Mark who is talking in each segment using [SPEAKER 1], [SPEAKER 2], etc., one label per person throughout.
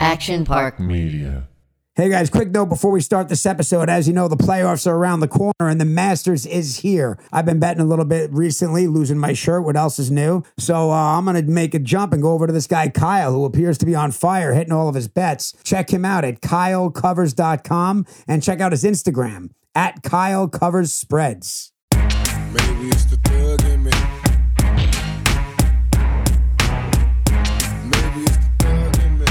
[SPEAKER 1] Action Park.
[SPEAKER 2] Media.
[SPEAKER 3] Hey guys, quick note before we start this episode. As you know, the playoffs are around the corner and the Masters is here. I've been betting a little bit recently, losing my shirt. What else is new? So uh, I'm going to make a jump and go over to this guy, Kyle, who appears to be on fire, hitting all of his bets. Check him out at kylecovers.com and check out his Instagram at Kyle Covers Spreads.
[SPEAKER 4] Maybe it's the thug in me. Maybe it's the thug in me.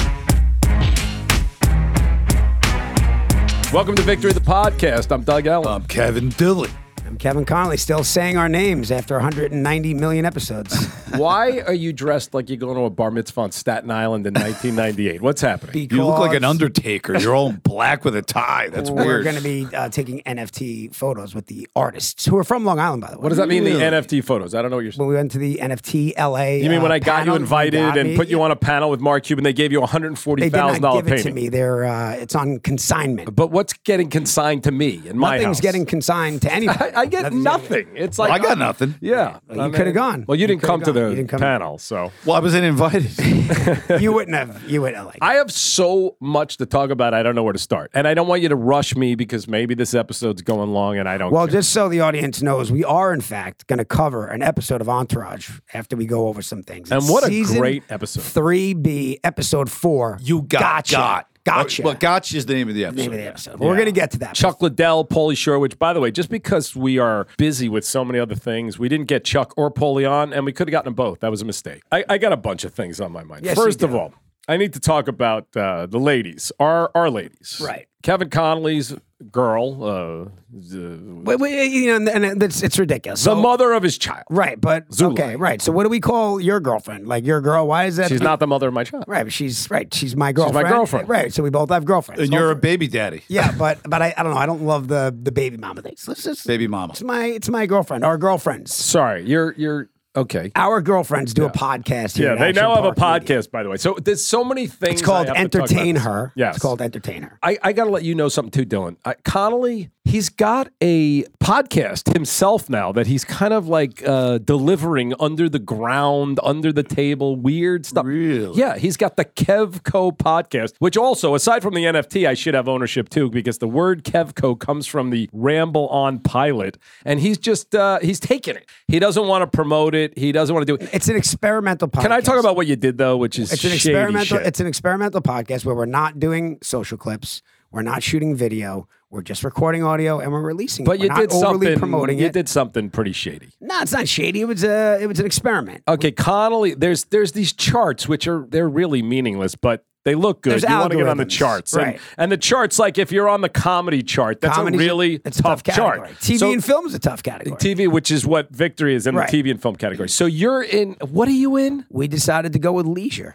[SPEAKER 5] Welcome to Victory the Podcast. I'm Doug Allen.
[SPEAKER 6] I'm Kevin Dillon.
[SPEAKER 3] I'm Kevin Conley, still saying our names after 190 million episodes.
[SPEAKER 5] Why are you dressed like you're going to a bar mitzvah on Staten Island in 1998? What's happening?
[SPEAKER 6] You look like an
[SPEAKER 3] Because-
[SPEAKER 6] undertaker. You're all in black with a tie. That's
[SPEAKER 3] We're
[SPEAKER 6] weird.
[SPEAKER 3] going to be uh, taking NFT photos with the artists who are from Long Island, by the way.
[SPEAKER 5] What does that mean, the NFT photos? I don't know what you're saying.
[SPEAKER 3] When we went to the NFT LA.
[SPEAKER 5] You mean when
[SPEAKER 3] uh,
[SPEAKER 5] I got
[SPEAKER 3] panel,
[SPEAKER 5] you invited
[SPEAKER 3] got
[SPEAKER 5] and
[SPEAKER 3] me?
[SPEAKER 5] put you on a panel with Mark Cuban, they gave you a
[SPEAKER 3] They did not
[SPEAKER 5] $145
[SPEAKER 3] give it
[SPEAKER 5] payment.
[SPEAKER 3] to me. They're uh, it's on consignment.
[SPEAKER 5] But what's getting consigned to me in my
[SPEAKER 3] Nothing's
[SPEAKER 5] house?
[SPEAKER 3] getting consigned to anybody.
[SPEAKER 5] I, I get nothing. It's like
[SPEAKER 6] I got nothing.
[SPEAKER 5] Yeah,
[SPEAKER 3] Well, you
[SPEAKER 5] I mean-
[SPEAKER 3] coulda gone.
[SPEAKER 5] Well, you,
[SPEAKER 3] You
[SPEAKER 5] didn't
[SPEAKER 3] coulda
[SPEAKER 5] come to
[SPEAKER 3] gone.
[SPEAKER 5] the
[SPEAKER 3] You didn't come.
[SPEAKER 5] panel, so
[SPEAKER 6] Well, I wasn't invited.
[SPEAKER 3] you wouldn't have. You would have like.
[SPEAKER 5] I have so much to talk about. I don't know where to start, and I don't want you to rush me because maybe this episode's going long, and I don't.
[SPEAKER 3] well,
[SPEAKER 5] care.
[SPEAKER 3] just so the audience knows, we are in fact going to cover an episode of Entourage after we go over some things.
[SPEAKER 5] And
[SPEAKER 3] It's
[SPEAKER 5] what a
[SPEAKER 3] season
[SPEAKER 5] great episode.
[SPEAKER 3] Three B episode four.
[SPEAKER 6] You got
[SPEAKER 3] gotcha.
[SPEAKER 6] got.
[SPEAKER 3] Gotcha.
[SPEAKER 6] Well, gotcha is the name of the episode.
[SPEAKER 3] Name of the episode. We're going to get to that.
[SPEAKER 5] Chuck Liddell, Paulie Shore, which, by the way, just because we are busy with so many other things, we didn't get Chuck or Paulie on, and we could have gotten them both. That was a mistake. I, I got a bunch of things on my mind.
[SPEAKER 3] Yes, you
[SPEAKER 5] First of
[SPEAKER 3] do.
[SPEAKER 5] all, I need to talk about uh, the ladies, our our ladies,
[SPEAKER 3] Right.
[SPEAKER 5] Kevin Conley's girl, uh, the,
[SPEAKER 3] Wait, wait, you know, and and it's, it's ridiculous.
[SPEAKER 5] the
[SPEAKER 3] So-
[SPEAKER 5] mother of his child.
[SPEAKER 3] Right, but okay, right. So what do we call your girlfriend? Like your girl? Why is that?
[SPEAKER 5] She's not the mother of my child.
[SPEAKER 3] Right, but she's right. She's my girlfriend.
[SPEAKER 5] girlfriend.
[SPEAKER 3] Right. So we both have girlfriends.
[SPEAKER 6] And you're a
[SPEAKER 3] Both-
[SPEAKER 6] baby daddy.
[SPEAKER 3] yeah, but but I, I don't know. I don't love the the baby mama thing. So let's just
[SPEAKER 6] Baby mama.
[SPEAKER 3] It's my it's my girlfriend. Our girlfriends.
[SPEAKER 5] Sorry, you're you're okay.
[SPEAKER 3] Our girlfriends do a podcast. Here
[SPEAKER 5] Yeah,
[SPEAKER 3] at
[SPEAKER 5] they
[SPEAKER 3] Action
[SPEAKER 5] now have a
[SPEAKER 3] Park Media.
[SPEAKER 5] podcast, by the way. So there's so many
[SPEAKER 3] It's
[SPEAKER 5] things.
[SPEAKER 3] called
[SPEAKER 5] I have to talk about.
[SPEAKER 3] Entertain Her.
[SPEAKER 5] Yes.
[SPEAKER 3] It's called Entertain Her.
[SPEAKER 5] I, I got to let you know something too, Dylan. I, Connolly, he's got a podcast himself now that he's kind of like uh, delivering under the ground, under the table, weird stuff.
[SPEAKER 6] Really?
[SPEAKER 5] Yeah, he's got the Kevco podcast, which also, aside from the NFT, I should have ownership too because the word Kevco comes from the Ramble On pilot, and he's just uh, he's taking it. He doesn't want to promote it. He doesn't want to do it.
[SPEAKER 3] It's an experimental podcast.
[SPEAKER 5] Can I talk about what you did though, which is
[SPEAKER 3] It's an
[SPEAKER 5] shady
[SPEAKER 3] experimental.
[SPEAKER 5] shit?
[SPEAKER 3] It's an experimental podcast where we're not doing social clips. We're not shooting video. We're just recording audio and we're releasing.
[SPEAKER 5] but
[SPEAKER 3] it.
[SPEAKER 5] you
[SPEAKER 3] we're
[SPEAKER 5] did
[SPEAKER 3] not overly
[SPEAKER 5] something.
[SPEAKER 3] promoting
[SPEAKER 5] you
[SPEAKER 3] it.
[SPEAKER 5] did something pretty shady.
[SPEAKER 3] No, it's not shady. It was a it was an experiment.
[SPEAKER 5] Okay, Connolly. There's there's these charts which are they're really meaningless, but they look good.
[SPEAKER 3] There's
[SPEAKER 5] you want to get on the
[SPEAKER 3] algorithms,
[SPEAKER 5] charts,
[SPEAKER 3] right.
[SPEAKER 5] and, and the charts like if you're on the comedy chart, that's
[SPEAKER 3] Comedy's
[SPEAKER 5] a really
[SPEAKER 3] it's a
[SPEAKER 5] tough, chart.
[SPEAKER 3] category. TV
[SPEAKER 5] So-
[SPEAKER 3] and film is a tough category.
[SPEAKER 5] TV, which is what Victory is in
[SPEAKER 3] Right.
[SPEAKER 5] the TV and film category. So you're in. What are you in?
[SPEAKER 3] we decided to go with leisure.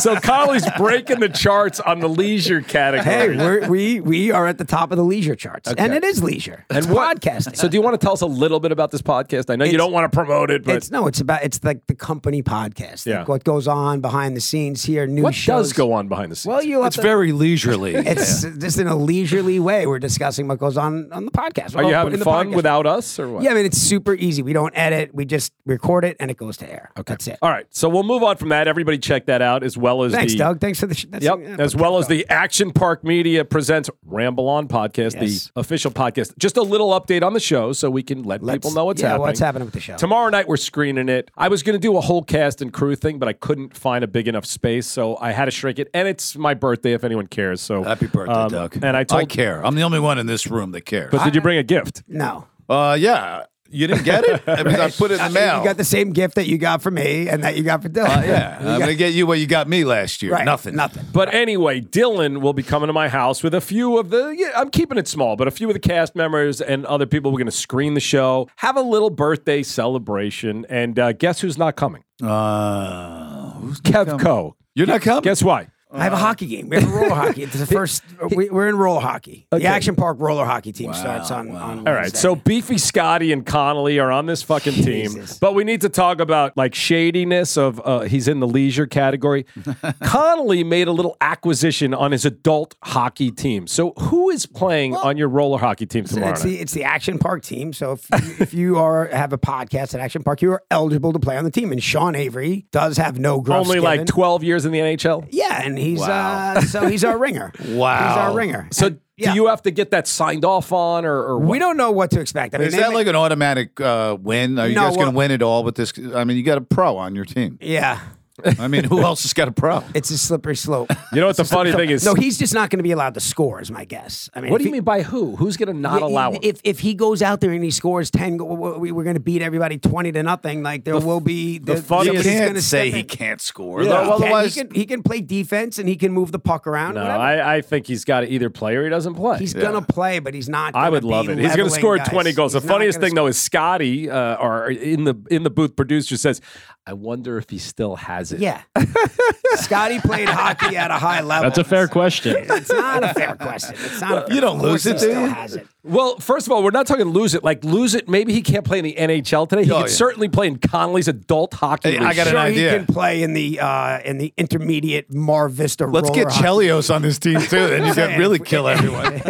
[SPEAKER 5] So Connolly's breaking the charts on the leisure
[SPEAKER 3] hey,
[SPEAKER 5] category.
[SPEAKER 3] we're, we we are at the top of the leisure charts, and it is leisure. It's
[SPEAKER 5] what-
[SPEAKER 3] podcasting.
[SPEAKER 5] So do you want to tell us a little bit about this podcast? I know you
[SPEAKER 3] It's-
[SPEAKER 5] don't want to promote it, but
[SPEAKER 3] it's no, it's about it's like the company podcast.
[SPEAKER 5] Yeah.
[SPEAKER 3] Like what goes on behind the scenes here, new
[SPEAKER 5] what
[SPEAKER 3] shows.
[SPEAKER 5] does go on behind the scenes?
[SPEAKER 3] Well, you
[SPEAKER 6] It's very leisurely.
[SPEAKER 3] It's just in a leisurely way. We're discussing what goes on on the podcast.
[SPEAKER 5] are
[SPEAKER 3] Oh,
[SPEAKER 5] you
[SPEAKER 3] in
[SPEAKER 5] having
[SPEAKER 3] the
[SPEAKER 5] fun
[SPEAKER 3] podcast.
[SPEAKER 5] without us or what?
[SPEAKER 3] Yeah, I mean it's super easy. We don't edit. We just record it and it goes to air. Okay. That's it.
[SPEAKER 5] All right, so we'll move on from that. Everybody, check that out as well as
[SPEAKER 3] Thanks,
[SPEAKER 5] the
[SPEAKER 3] Doug. Thanks for the. Sh- that's-
[SPEAKER 5] Yep.
[SPEAKER 3] yeah,
[SPEAKER 5] as
[SPEAKER 3] but
[SPEAKER 5] well
[SPEAKER 3] keep
[SPEAKER 5] as the Action Park Media presents Ramble On
[SPEAKER 3] Yes.
[SPEAKER 5] podcast, the official podcast. Just a little update on the show so we can let
[SPEAKER 3] Let's-
[SPEAKER 5] people know what's
[SPEAKER 3] yeah,
[SPEAKER 5] happening.
[SPEAKER 3] What's happening with the show?
[SPEAKER 5] Tomorrow night we're screening it. I was going to do a whole cast and crew thing, but I couldn't find a big enough space, so I had to shrink it. And it's my birthday, if anyone cares. So
[SPEAKER 6] Happy birthday,
[SPEAKER 5] um,
[SPEAKER 6] Doug.
[SPEAKER 5] And I told,
[SPEAKER 6] I care. I'm the only one in this room that cares.
[SPEAKER 5] but did you bring a gift?
[SPEAKER 3] no.
[SPEAKER 6] uh, yeah, you didn't get it. I, mean, I put it in the mail.
[SPEAKER 3] You got the same gift that you got for me and that you got for Dylan.
[SPEAKER 6] Uh, yeah,
[SPEAKER 3] You
[SPEAKER 6] I'm
[SPEAKER 3] got-
[SPEAKER 6] gonna get you what you got me last year.
[SPEAKER 3] right,
[SPEAKER 6] Nothing.
[SPEAKER 3] Nothing.
[SPEAKER 5] But anyway, Dylan will be coming to my house with a few of the. Yeah, I'm keeping it small, but a few of the cast members and other people. We're going to screen the show, have a little birthday celebration, and uh, guess who's not coming?
[SPEAKER 6] Uh, who's-
[SPEAKER 5] Kevco.
[SPEAKER 6] you're not coming.
[SPEAKER 5] Guess why?
[SPEAKER 3] I have a hockey game. We have a roller hockey. It's the first. uh, We, we're in roller hockey. The Action Park roller hockey team starts on. on
[SPEAKER 5] All right,
[SPEAKER 3] Wednesday.
[SPEAKER 5] so Beefy Scotty and Connolly are on this fucking team,
[SPEAKER 3] Jesus.
[SPEAKER 5] but we need to talk about like shadiness of uh, he's in the leisure category. Connolly made a little acquisition on his adult hockey team. So who is playing on your roller hockey team tomorrow?
[SPEAKER 3] It's
[SPEAKER 5] night?
[SPEAKER 3] the, it's the Action Park team. So if you, if you are have a podcast at Action Park, you are eligible to play on the team. And Sean Avery does have no growth.
[SPEAKER 5] Only like 12 years in the NHL.
[SPEAKER 3] Yeah, and he He's
[SPEAKER 6] Wow.
[SPEAKER 3] uh, so he's our ringer.
[SPEAKER 6] Wow.
[SPEAKER 3] he's our ringer.
[SPEAKER 5] So
[SPEAKER 3] And- yeah.
[SPEAKER 5] do you have to get that signed off on, or, or what?
[SPEAKER 3] We don't know what to expect. I mean,
[SPEAKER 6] Is
[SPEAKER 3] they
[SPEAKER 6] that
[SPEAKER 3] may-
[SPEAKER 6] like an automatic uh, win? Are you
[SPEAKER 3] No,
[SPEAKER 6] guys going
[SPEAKER 3] well-
[SPEAKER 6] to win it all with this? I mean, you got a pro on your team.
[SPEAKER 3] yeah?
[SPEAKER 6] I mean, who else has got a pro?
[SPEAKER 3] It's a slippery slope.
[SPEAKER 5] You know what the funny thing is?
[SPEAKER 3] no, he's just not going to be allowed to score. Is my guess. I mean,
[SPEAKER 5] what
[SPEAKER 3] if
[SPEAKER 5] do you
[SPEAKER 3] he-
[SPEAKER 5] mean by who? Who's going to not
[SPEAKER 3] Yeah,
[SPEAKER 5] allow
[SPEAKER 3] yeah,
[SPEAKER 5] him?
[SPEAKER 3] If if he goes out there and he scores ten, go- we- we- we're going to beat everybody twenty to nothing. Like there will be the,
[SPEAKER 5] funniest-
[SPEAKER 6] You
[SPEAKER 5] He's
[SPEAKER 6] can't say he
[SPEAKER 3] he
[SPEAKER 6] can't score.
[SPEAKER 5] Yeah.
[SPEAKER 3] can.
[SPEAKER 5] He can't,
[SPEAKER 6] though,
[SPEAKER 3] He
[SPEAKER 6] otherwise,
[SPEAKER 3] can, he can play defense and he can move the puck around.
[SPEAKER 5] no,
[SPEAKER 3] whatever.
[SPEAKER 5] I, I think he's got to either play or he doesn't play.
[SPEAKER 3] He's gonna play, but he's not.
[SPEAKER 5] I
[SPEAKER 3] gonna
[SPEAKER 5] would
[SPEAKER 3] be
[SPEAKER 5] love it. He's going
[SPEAKER 3] leveling
[SPEAKER 5] to score
[SPEAKER 3] guys.
[SPEAKER 5] 20 goals.
[SPEAKER 3] He's
[SPEAKER 5] the
[SPEAKER 3] not
[SPEAKER 5] funniest
[SPEAKER 3] gonna
[SPEAKER 5] thing though is Scotty, uh, or in the in the booth producer says, "I wonder if he still has it."
[SPEAKER 3] Yeah. Scotty played hockey at a high level.
[SPEAKER 1] That's a fair question.
[SPEAKER 3] It's not a fair question. It's not. a fair
[SPEAKER 6] You don't
[SPEAKER 3] of course
[SPEAKER 6] lose it,
[SPEAKER 3] he
[SPEAKER 6] do
[SPEAKER 3] still
[SPEAKER 6] you?
[SPEAKER 3] has it.
[SPEAKER 5] Well, first of all, we're not talking lose it. Like lose it. Maybe he can't play in the NHL today. He
[SPEAKER 6] Oh,
[SPEAKER 5] could
[SPEAKER 6] yeah.
[SPEAKER 5] certainly play in Conley's adult hockey.
[SPEAKER 6] Hey,
[SPEAKER 5] league.
[SPEAKER 6] I got an
[SPEAKER 3] sure
[SPEAKER 6] idea.
[SPEAKER 3] he can play in the uh, in the intermediate Mar Vista.
[SPEAKER 6] let's
[SPEAKER 3] roller
[SPEAKER 6] get
[SPEAKER 3] hockey.
[SPEAKER 6] Chelios on this team too, and you can really kill everyone.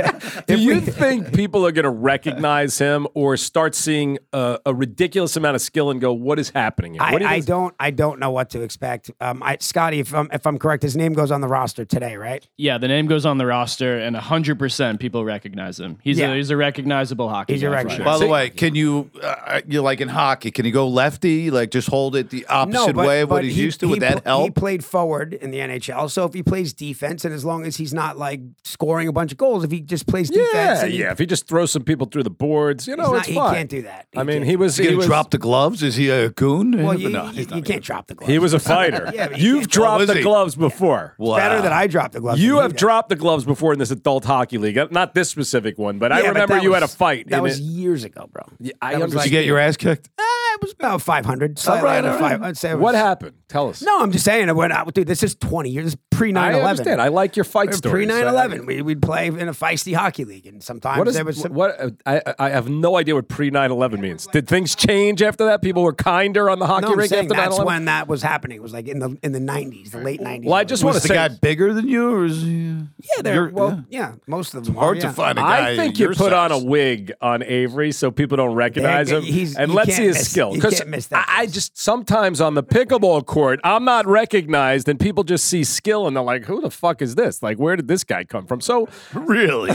[SPEAKER 5] Do you think people are going to recognize him or start seeing a, a ridiculous amount of skill and go, "What is happening?" Here?
[SPEAKER 3] I,
[SPEAKER 5] What do you
[SPEAKER 3] I
[SPEAKER 5] think-
[SPEAKER 3] don't I don't know what to expect. Um, I, Scotty, if I'm if I'm correct, his name goes on the roster today, right?
[SPEAKER 1] yeah, the name goes on the roster, and 100% people recognize him. He's,
[SPEAKER 3] Yeah.
[SPEAKER 1] a, he's a recognizable hockey
[SPEAKER 3] He's a
[SPEAKER 1] guy. for
[SPEAKER 3] recognizable-
[SPEAKER 1] sure.
[SPEAKER 6] By the way, can you uh, you like in hockey? Can you go lefty? Like just hold it the opposite way of what he's used to? Would
[SPEAKER 3] pl-
[SPEAKER 6] that
[SPEAKER 3] He
[SPEAKER 6] help?
[SPEAKER 3] played forward in the NHL, so if he plays defense, and as long as he's not like scoring a bunch of goals, if he just plays defense,
[SPEAKER 5] Yeah,
[SPEAKER 3] and he-
[SPEAKER 5] yeah. If he just throws some people through the boards, you know,
[SPEAKER 3] he's not-
[SPEAKER 5] it's
[SPEAKER 3] he
[SPEAKER 5] fine.
[SPEAKER 3] can't do that. He
[SPEAKER 5] I mean,
[SPEAKER 3] can't.
[SPEAKER 5] he was
[SPEAKER 6] Is he
[SPEAKER 5] he
[SPEAKER 6] gonna
[SPEAKER 5] was
[SPEAKER 6] drop the gloves? Is he a goon?
[SPEAKER 3] Well, you,
[SPEAKER 6] No,
[SPEAKER 3] you-
[SPEAKER 6] he's
[SPEAKER 3] you
[SPEAKER 6] not
[SPEAKER 3] can't drop the gloves.
[SPEAKER 5] he was a fighter.
[SPEAKER 3] Yeah, but he
[SPEAKER 5] You've
[SPEAKER 3] can't go-
[SPEAKER 5] dropped
[SPEAKER 6] Was
[SPEAKER 5] the
[SPEAKER 6] he?
[SPEAKER 5] gloves before.
[SPEAKER 6] Wow.
[SPEAKER 3] better that I dropped the gloves.
[SPEAKER 5] You
[SPEAKER 3] than he
[SPEAKER 5] have
[SPEAKER 3] did.
[SPEAKER 5] dropped the gloves before in this adult hockey league. Uh, Not this specific one, but I
[SPEAKER 3] Yeah, but
[SPEAKER 5] remember
[SPEAKER 3] that
[SPEAKER 5] you
[SPEAKER 3] was-
[SPEAKER 5] had a fight.
[SPEAKER 3] That
[SPEAKER 5] in
[SPEAKER 3] was
[SPEAKER 5] it.
[SPEAKER 3] years ago, bro.
[SPEAKER 5] Yeah, I
[SPEAKER 3] that was
[SPEAKER 5] understand.
[SPEAKER 6] Did you get your ass kicked?
[SPEAKER 3] Ah, it was about five hundred. Slightly
[SPEAKER 6] right,
[SPEAKER 3] under
[SPEAKER 6] all right.
[SPEAKER 3] five. I'd say it
[SPEAKER 5] What
[SPEAKER 3] was-
[SPEAKER 5] happened? Tell us.
[SPEAKER 3] No, I'm just saying. I went out, dude. This is 20 years. This is pre 9
[SPEAKER 5] I
[SPEAKER 3] 11.
[SPEAKER 5] understand. I like your fight
[SPEAKER 3] Pre
[SPEAKER 5] stories.
[SPEAKER 3] 9 11, we, we'd play in a feisty hockey league, and sometimes
[SPEAKER 5] What is
[SPEAKER 3] there was some.
[SPEAKER 5] what? uh, I I have no idea what pre 9-11 means. Did things change after that? People were kinder on the hockey
[SPEAKER 3] No, I'm
[SPEAKER 5] rink
[SPEAKER 3] saying
[SPEAKER 5] after
[SPEAKER 3] that's
[SPEAKER 5] 9-11?
[SPEAKER 3] when that was happening. It was like in the in the 90s, the late 90s.
[SPEAKER 5] Well, I just want
[SPEAKER 6] Was
[SPEAKER 5] to
[SPEAKER 6] the
[SPEAKER 5] say,
[SPEAKER 6] guy bigger than you, or is he? uh,
[SPEAKER 3] Yeah, they're,
[SPEAKER 6] You're-
[SPEAKER 3] well, yeah. most of them. are,
[SPEAKER 6] Hard
[SPEAKER 3] yeah.
[SPEAKER 6] to find a guy.
[SPEAKER 5] I think you
[SPEAKER 6] your
[SPEAKER 5] put on a
[SPEAKER 6] size.
[SPEAKER 5] wig on Avery so people don't recognize
[SPEAKER 3] There-
[SPEAKER 5] him,
[SPEAKER 3] he's-
[SPEAKER 5] and
[SPEAKER 3] you
[SPEAKER 5] let's see
[SPEAKER 3] can't
[SPEAKER 5] his
[SPEAKER 3] miss-
[SPEAKER 5] skill.
[SPEAKER 3] you
[SPEAKER 5] Because
[SPEAKER 3] can't miss
[SPEAKER 5] I,
[SPEAKER 3] that
[SPEAKER 5] I
[SPEAKER 3] face.
[SPEAKER 5] just sometimes on the pickleball court, I'm not recognized, and people just see skill and they're like, "Who the fuck is this? Like, where did this guy come from?" So
[SPEAKER 6] Really?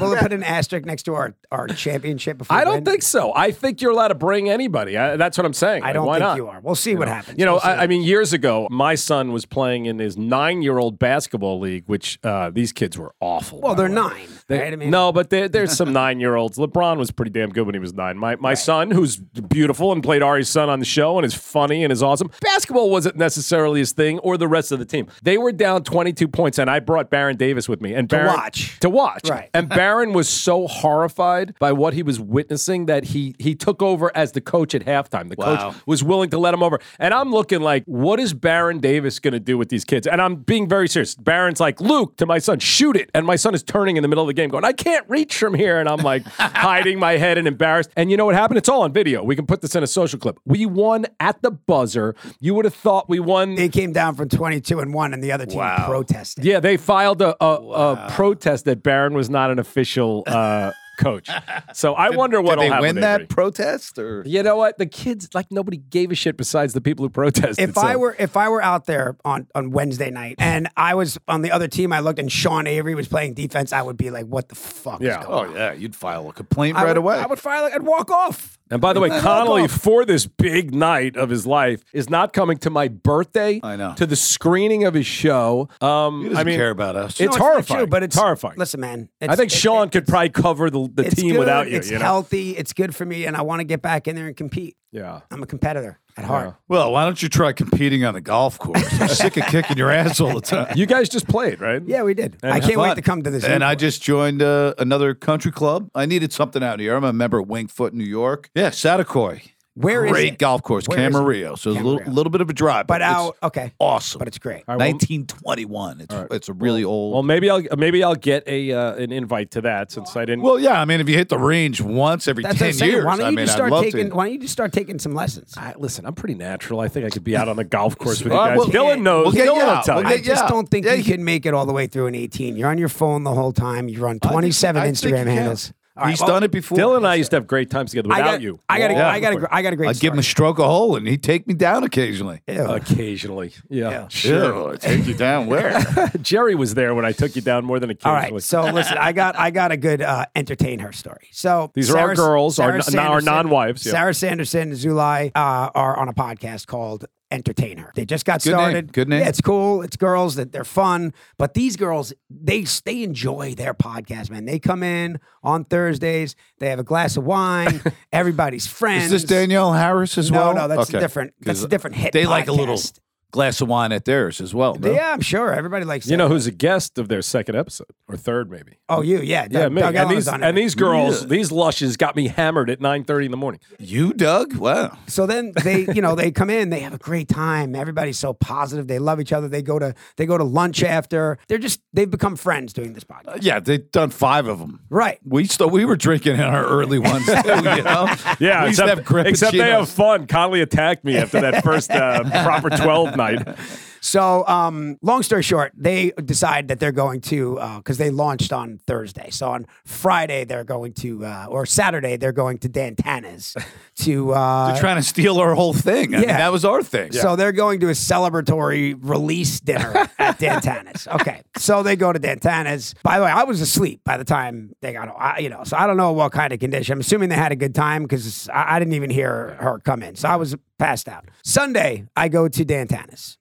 [SPEAKER 3] Will it put an asterisk next to our, our championship before
[SPEAKER 5] I
[SPEAKER 3] we win?
[SPEAKER 5] don't think so. I think you're allowed to bring anybody. I, that's what I'm saying.
[SPEAKER 3] I don't
[SPEAKER 5] Why
[SPEAKER 3] think
[SPEAKER 5] not?
[SPEAKER 3] you are. We'll see what happens.
[SPEAKER 5] You know,
[SPEAKER 3] We'll see.
[SPEAKER 5] I, I mean, years ago, my son was playing in his nine-year-old basketball league, which uh, these kids were awful.
[SPEAKER 3] well,
[SPEAKER 5] by
[SPEAKER 3] they're
[SPEAKER 5] the way.
[SPEAKER 3] nine.
[SPEAKER 5] They-
[SPEAKER 3] right? I mean,
[SPEAKER 5] no, but there, there's some nine-year-olds. LeBron was pretty damn good when he was nine. My my son, who's beautiful and played Ari's son on the show and is funny and is awesome. Basketball wasn't necessarily his thing, or the rest of the team. They were down 22 points, and I brought Baron Davis with me. And Baron,
[SPEAKER 3] watch.
[SPEAKER 5] to watch.
[SPEAKER 3] Right.
[SPEAKER 5] And Barron was so horrified by what he was witnessing that he he took over as the coach at halftime. The
[SPEAKER 6] Wow.
[SPEAKER 5] coach was willing to let him over. And I'm looking like, what is Barron Davis going to do with these kids? And I'm being very serious. Barron's like, Luke, to my son, shoot it. And my son is turning in the middle of the game going, I can't reach from here. And I'm like hiding my head and embarrassed. And you know what happened? It's all on video. We can put this in a social clip. We won at the buzzer. You would have thought we won
[SPEAKER 3] they came down from 22 and one, and the other team protested.
[SPEAKER 5] yeah, they filed a, a, a protest that Barron was not an official uh, coach. So I wonder what
[SPEAKER 6] Did
[SPEAKER 5] will
[SPEAKER 6] they
[SPEAKER 5] happen.
[SPEAKER 6] win
[SPEAKER 5] with
[SPEAKER 6] that
[SPEAKER 5] Avery.
[SPEAKER 6] protest? Or
[SPEAKER 5] You know what? The kids like nobody gave a shit besides the people who protested.
[SPEAKER 3] If I
[SPEAKER 5] so-
[SPEAKER 3] were if I were out there on, on Wednesday night and I was on the other team, I looked and Sean Avery was playing defense, I would be like, "What the fuck?"
[SPEAKER 5] Yeah.
[SPEAKER 3] is going on?
[SPEAKER 6] oh yeah, you'd file a complaint
[SPEAKER 3] I
[SPEAKER 6] right
[SPEAKER 3] would-
[SPEAKER 6] away.
[SPEAKER 3] I would fire. Like, I'd walk off.
[SPEAKER 5] and by the way, Connolly for this big night of his life is not coming to my birthday.
[SPEAKER 6] I know.
[SPEAKER 5] to the screening of his show. Um,
[SPEAKER 6] He doesn't
[SPEAKER 5] I mean,
[SPEAKER 6] care about us.
[SPEAKER 5] It's
[SPEAKER 3] No, not
[SPEAKER 5] horrifying,
[SPEAKER 3] true, but it's
[SPEAKER 5] horrifying.
[SPEAKER 3] Listen, man, it's,
[SPEAKER 5] I think
[SPEAKER 3] it-
[SPEAKER 5] Sean
[SPEAKER 3] it-
[SPEAKER 5] could probably cover the, the
[SPEAKER 3] it's
[SPEAKER 5] team
[SPEAKER 3] good,
[SPEAKER 5] without you.
[SPEAKER 3] It's
[SPEAKER 5] you know?
[SPEAKER 3] healthy. It's good for me, and I want to get back in there and compete.
[SPEAKER 5] Yeah.
[SPEAKER 3] I'm a competitor at heart.
[SPEAKER 6] well, why don't you try competing on the golf course? I'm sick of kicking your ass all the time.
[SPEAKER 5] You guys just played, right?
[SPEAKER 3] Yeah, we did. I can't wait to come to this.
[SPEAKER 6] And I
[SPEAKER 3] airport.
[SPEAKER 6] just joined uh, another country club. I needed something out here. I'm a member of Wingfoot, New York. Yeah, Satakoy.
[SPEAKER 3] Where is
[SPEAKER 6] Great
[SPEAKER 3] it?
[SPEAKER 6] golf course,
[SPEAKER 3] Where is it?
[SPEAKER 6] Camarillo. So it's a little,
[SPEAKER 3] Camarillo.
[SPEAKER 6] little bit of a drive,
[SPEAKER 3] but
[SPEAKER 6] it's
[SPEAKER 3] out. Okay,
[SPEAKER 6] awesome.
[SPEAKER 3] but it's great.
[SPEAKER 5] All right, well-
[SPEAKER 6] 1921. It's it's a really old.
[SPEAKER 5] Well, maybe I'll maybe I'll get a uh, an invite to that since I didn't.
[SPEAKER 6] Well, yeah. I mean, if you hit the range once every
[SPEAKER 3] That's what
[SPEAKER 6] ten
[SPEAKER 3] I'm saying.
[SPEAKER 6] years,
[SPEAKER 3] why don't
[SPEAKER 6] I
[SPEAKER 3] you
[SPEAKER 6] mean,
[SPEAKER 3] just
[SPEAKER 6] I'd
[SPEAKER 3] start
[SPEAKER 6] love
[SPEAKER 3] taking?
[SPEAKER 6] to.
[SPEAKER 3] Why don't you just start taking some lessons?
[SPEAKER 5] I, listen, I'm pretty natural. I think I could be out on the golf course with you
[SPEAKER 6] All right,
[SPEAKER 5] guys.
[SPEAKER 6] well,
[SPEAKER 5] Dylan knows.
[SPEAKER 6] we'll get
[SPEAKER 5] Dylan
[SPEAKER 6] you
[SPEAKER 5] will
[SPEAKER 6] out.
[SPEAKER 5] tell
[SPEAKER 6] We'll
[SPEAKER 5] you.
[SPEAKER 3] I
[SPEAKER 6] get
[SPEAKER 3] just
[SPEAKER 6] yeah.
[SPEAKER 3] don't think
[SPEAKER 6] Yeah,
[SPEAKER 3] you
[SPEAKER 6] you-
[SPEAKER 3] can make it all the way through an 18. You're on your phone the whole time. You run
[SPEAKER 6] think-
[SPEAKER 3] 27
[SPEAKER 6] I think you
[SPEAKER 3] Instagram
[SPEAKER 6] can.
[SPEAKER 3] handles. All right,
[SPEAKER 6] He's
[SPEAKER 3] well,
[SPEAKER 6] done it before.
[SPEAKER 5] Dylan and I used to have great times together
[SPEAKER 3] I
[SPEAKER 5] without
[SPEAKER 3] got,
[SPEAKER 5] you.
[SPEAKER 3] I got, a,
[SPEAKER 5] Yeah.
[SPEAKER 3] I got, a, I got a great.
[SPEAKER 6] I'd give him a stroke a hole and he'd take me down occasionally.
[SPEAKER 3] story. Ew.
[SPEAKER 5] Occasionally, yeah.
[SPEAKER 6] Sure. take you down where?
[SPEAKER 5] Jerry was there when I took you down more than
[SPEAKER 3] All
[SPEAKER 5] occasionally.
[SPEAKER 3] right, so listen, I got, I got a good uh, entertain her story. So
[SPEAKER 5] These are our girls, our n- our non-wives, yeah.
[SPEAKER 3] Sarah Sanderson, Zulai uh, are on a podcast called Entertain Her. They just got
[SPEAKER 6] Good name,
[SPEAKER 3] started.
[SPEAKER 6] good name.
[SPEAKER 3] Yeah, it's cool. It's girls that they're fun, but these girls they they enjoy their podcast. Man, they come in on Thursdays. They have a glass of wine. everybody's friends.
[SPEAKER 6] Is this Danielle Harris as
[SPEAKER 3] No,
[SPEAKER 6] well?
[SPEAKER 3] no, that's different- that's
[SPEAKER 6] 'Cause
[SPEAKER 3] a different hit
[SPEAKER 6] They like a little
[SPEAKER 3] podcast.
[SPEAKER 6] glass of wine at theirs as well. no?
[SPEAKER 3] Yeah, I'm sure everybody likes.
[SPEAKER 5] You
[SPEAKER 3] that.
[SPEAKER 5] know who's a guest of their second episode or third, maybe?
[SPEAKER 3] Oh, you? Yeah,
[SPEAKER 5] Yeah,
[SPEAKER 3] Doug,
[SPEAKER 5] me.
[SPEAKER 3] Doug
[SPEAKER 5] and
[SPEAKER 3] Ellen's
[SPEAKER 5] these
[SPEAKER 3] on it.
[SPEAKER 5] and these girls, these lushes, got me hammered at nine thirty in the morning.
[SPEAKER 6] You, Doug? Wow.
[SPEAKER 3] So then they, you know, they come in, they have a great time. Everybody's so positive. They love each other. They go to they go to lunch after. They're just they've become friends doing this podcast.
[SPEAKER 6] Yeah, they've done five of them.
[SPEAKER 3] Right.
[SPEAKER 6] We still we were drinking in our early ones too, you know.
[SPEAKER 5] Yeah,
[SPEAKER 6] we used to
[SPEAKER 5] except,
[SPEAKER 6] have grappuccinos.
[SPEAKER 5] except they have fun. Conley attacked me after that first uh, proper twelve night.
[SPEAKER 3] So, um, long story short, they decide that they're going to because they launched on Thursday. So on Friday they're going to uh, or Saturday they're going to Dantana's to uh,
[SPEAKER 6] They're trying to steal our whole thing. I mean,
[SPEAKER 3] Yeah.
[SPEAKER 6] that was our thing.
[SPEAKER 3] So they're going to a celebratory release dinner at Dantana's. Okay. So they go to Dantana's. By the way, I was asleep by the time they got, I, you know, so I don't know what kind of condition. I'm assuming they had a good time because I, I didn't even hear her come in. So I was passed out. Sunday, I go to Dantana's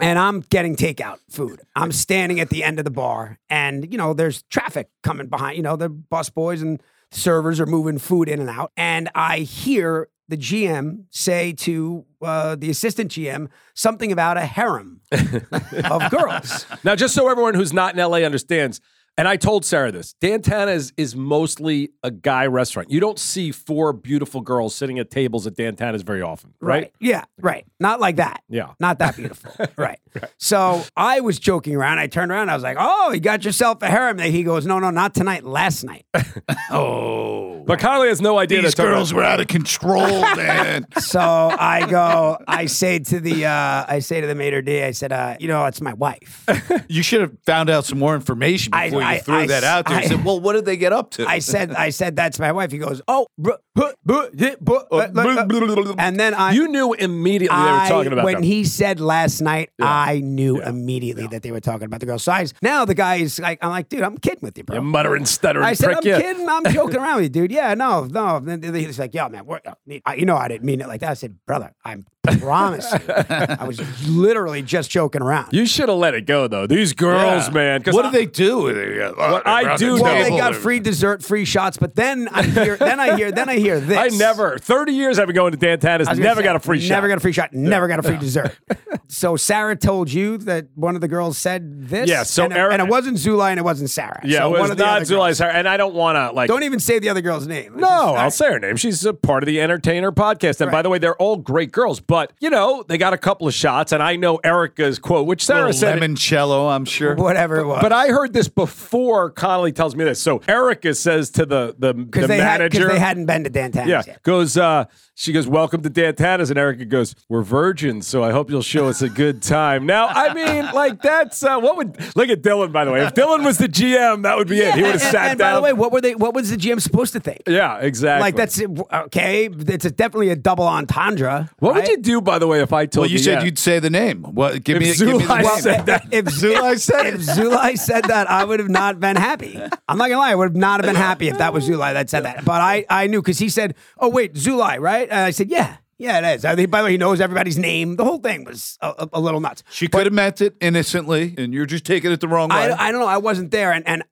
[SPEAKER 3] and I'm getting takeout food. I'm standing at the end of the bar, and you know, there's traffic coming behind. You know, the bus boys and servers are moving food in and out, and I hear the GM say to uh, the assistant GM something about a harem of girls.
[SPEAKER 5] Now, just so everyone who's not in LA understands, and I told Sarah this, Dantana is, is mostly a guy restaurant. You don't see four beautiful girls sitting at tables at Dantana's very often, right?
[SPEAKER 3] Yeah, right. Not like that.
[SPEAKER 5] Yeah.
[SPEAKER 3] Not that beautiful. right. So I was joking around. I turned around. I was like, oh, you got yourself a harem. And he goes, no, no, not tonight, last night.
[SPEAKER 6] Oh.
[SPEAKER 5] But Conley has no idea
[SPEAKER 6] These
[SPEAKER 5] that
[SPEAKER 6] girls were out of control, man.
[SPEAKER 3] So I go, I say to the, uh, I say to the maitre d, I said, uh, you know, it's my wife.
[SPEAKER 6] you should have found out some more information
[SPEAKER 3] I-
[SPEAKER 6] before
[SPEAKER 3] I-
[SPEAKER 6] you threw
[SPEAKER 3] I-
[SPEAKER 6] that out there.
[SPEAKER 3] I-
[SPEAKER 6] you said, well, what did they get up to?
[SPEAKER 3] I said, I said, that's my wife. He goes, oh, bruh, huh, bruh, yeah, bruh, uh, uh, uh." and then I,
[SPEAKER 5] Oh, you knew immediately they were
[SPEAKER 3] I-
[SPEAKER 5] talking about
[SPEAKER 3] when
[SPEAKER 5] them.
[SPEAKER 3] he said last night, I knew immediately that they were talking about the girl. So I, was- now the guy is like, I'm like, dude, I'm kidding with you, bro.
[SPEAKER 5] you muttering, stuttering
[SPEAKER 3] I said,
[SPEAKER 5] prick.
[SPEAKER 3] I'm
[SPEAKER 5] yeah.
[SPEAKER 3] kidding. I'm joking around with you, dude. Yeah, no, no. And then he's like, yo, man, we're, I, you know, I didn't mean it like that. I said, brother, I promise you, I was literally just joking around.
[SPEAKER 5] You should have let it go, though. These girls,
[SPEAKER 6] Yeah.
[SPEAKER 5] man. 'cause
[SPEAKER 6] What
[SPEAKER 5] I-
[SPEAKER 6] did they do? They got-
[SPEAKER 5] What I
[SPEAKER 6] around the
[SPEAKER 5] do know-
[SPEAKER 3] well, they
[SPEAKER 6] table.
[SPEAKER 3] got free dessert, free shots, but then I hear, then I hear, then I hear this.
[SPEAKER 5] I never, 30 years I've been going to Dantana's,
[SPEAKER 3] I was gonna
[SPEAKER 5] never
[SPEAKER 3] say,
[SPEAKER 5] got a free shot.
[SPEAKER 3] Never got a free shot. Never got a free dessert. So Sarah told you that one of the girls said this.
[SPEAKER 5] Yeah, so
[SPEAKER 3] and, it,
[SPEAKER 5] Eric-
[SPEAKER 3] and it wasn't Zulai and it wasn't Sarah.
[SPEAKER 5] yeah,
[SPEAKER 3] so
[SPEAKER 5] it was
[SPEAKER 3] one of the
[SPEAKER 5] not
[SPEAKER 3] other girls-
[SPEAKER 5] Zulai's hair. And I don't want to, like,
[SPEAKER 3] Don't even say the other girl's name.
[SPEAKER 5] No, I'll say her name. She's a part of the Entertainer podcast. And by the way, they're all great girls, but you know, they got a couple of shots. And I know Erica's quote, which Sarah
[SPEAKER 6] Little
[SPEAKER 5] said.
[SPEAKER 6] limoncello, I'm sure.
[SPEAKER 3] whatever it was.
[SPEAKER 5] but I heard this before Connolly tells me this. So Erica says to the the, the
[SPEAKER 3] because they had
[SPEAKER 5] manager,
[SPEAKER 3] because they hadn't been to Dantana's
[SPEAKER 5] yeah,
[SPEAKER 3] yet.
[SPEAKER 5] goes. Uh, she goes, "Welcome to Dantana's," and Erica goes, "We're virgins, so I hope you'll show us a good time." Now, I mean, like that's uh, what would look at Dylan. By the way, if Dylan was the GM, that would be it. He would have
[SPEAKER 3] and, and-
[SPEAKER 5] sat
[SPEAKER 3] and
[SPEAKER 5] down.
[SPEAKER 3] by the way, what were they? What was the GM supposed to think?
[SPEAKER 5] yeah, exactly.
[SPEAKER 3] Like that's okay. It's a, definitely a double entendre.
[SPEAKER 5] What
[SPEAKER 3] right?
[SPEAKER 5] would you do, by the way, if I told
[SPEAKER 6] Well, you
[SPEAKER 5] you
[SPEAKER 6] said
[SPEAKER 5] yeah?
[SPEAKER 6] you'd say the name. What? Give
[SPEAKER 5] If
[SPEAKER 6] me, give me the
[SPEAKER 5] Zulai
[SPEAKER 6] name.
[SPEAKER 5] said that-
[SPEAKER 3] If Zulai said if Zulai said that, I would have not been happy. I'm not gonna lie, I would have not have been happy if that was Zulai that said that. But I I knew because he said, "Oh wait, Zulai, right?" And I said, "Yeah, yeah, it is." I think, by the way, he knows everybody's name. The whole thing was a, a, a little nuts.
[SPEAKER 6] She could have meant it innocently, and you're just taking it the wrong way.
[SPEAKER 3] I, I don't know. I wasn't there, and and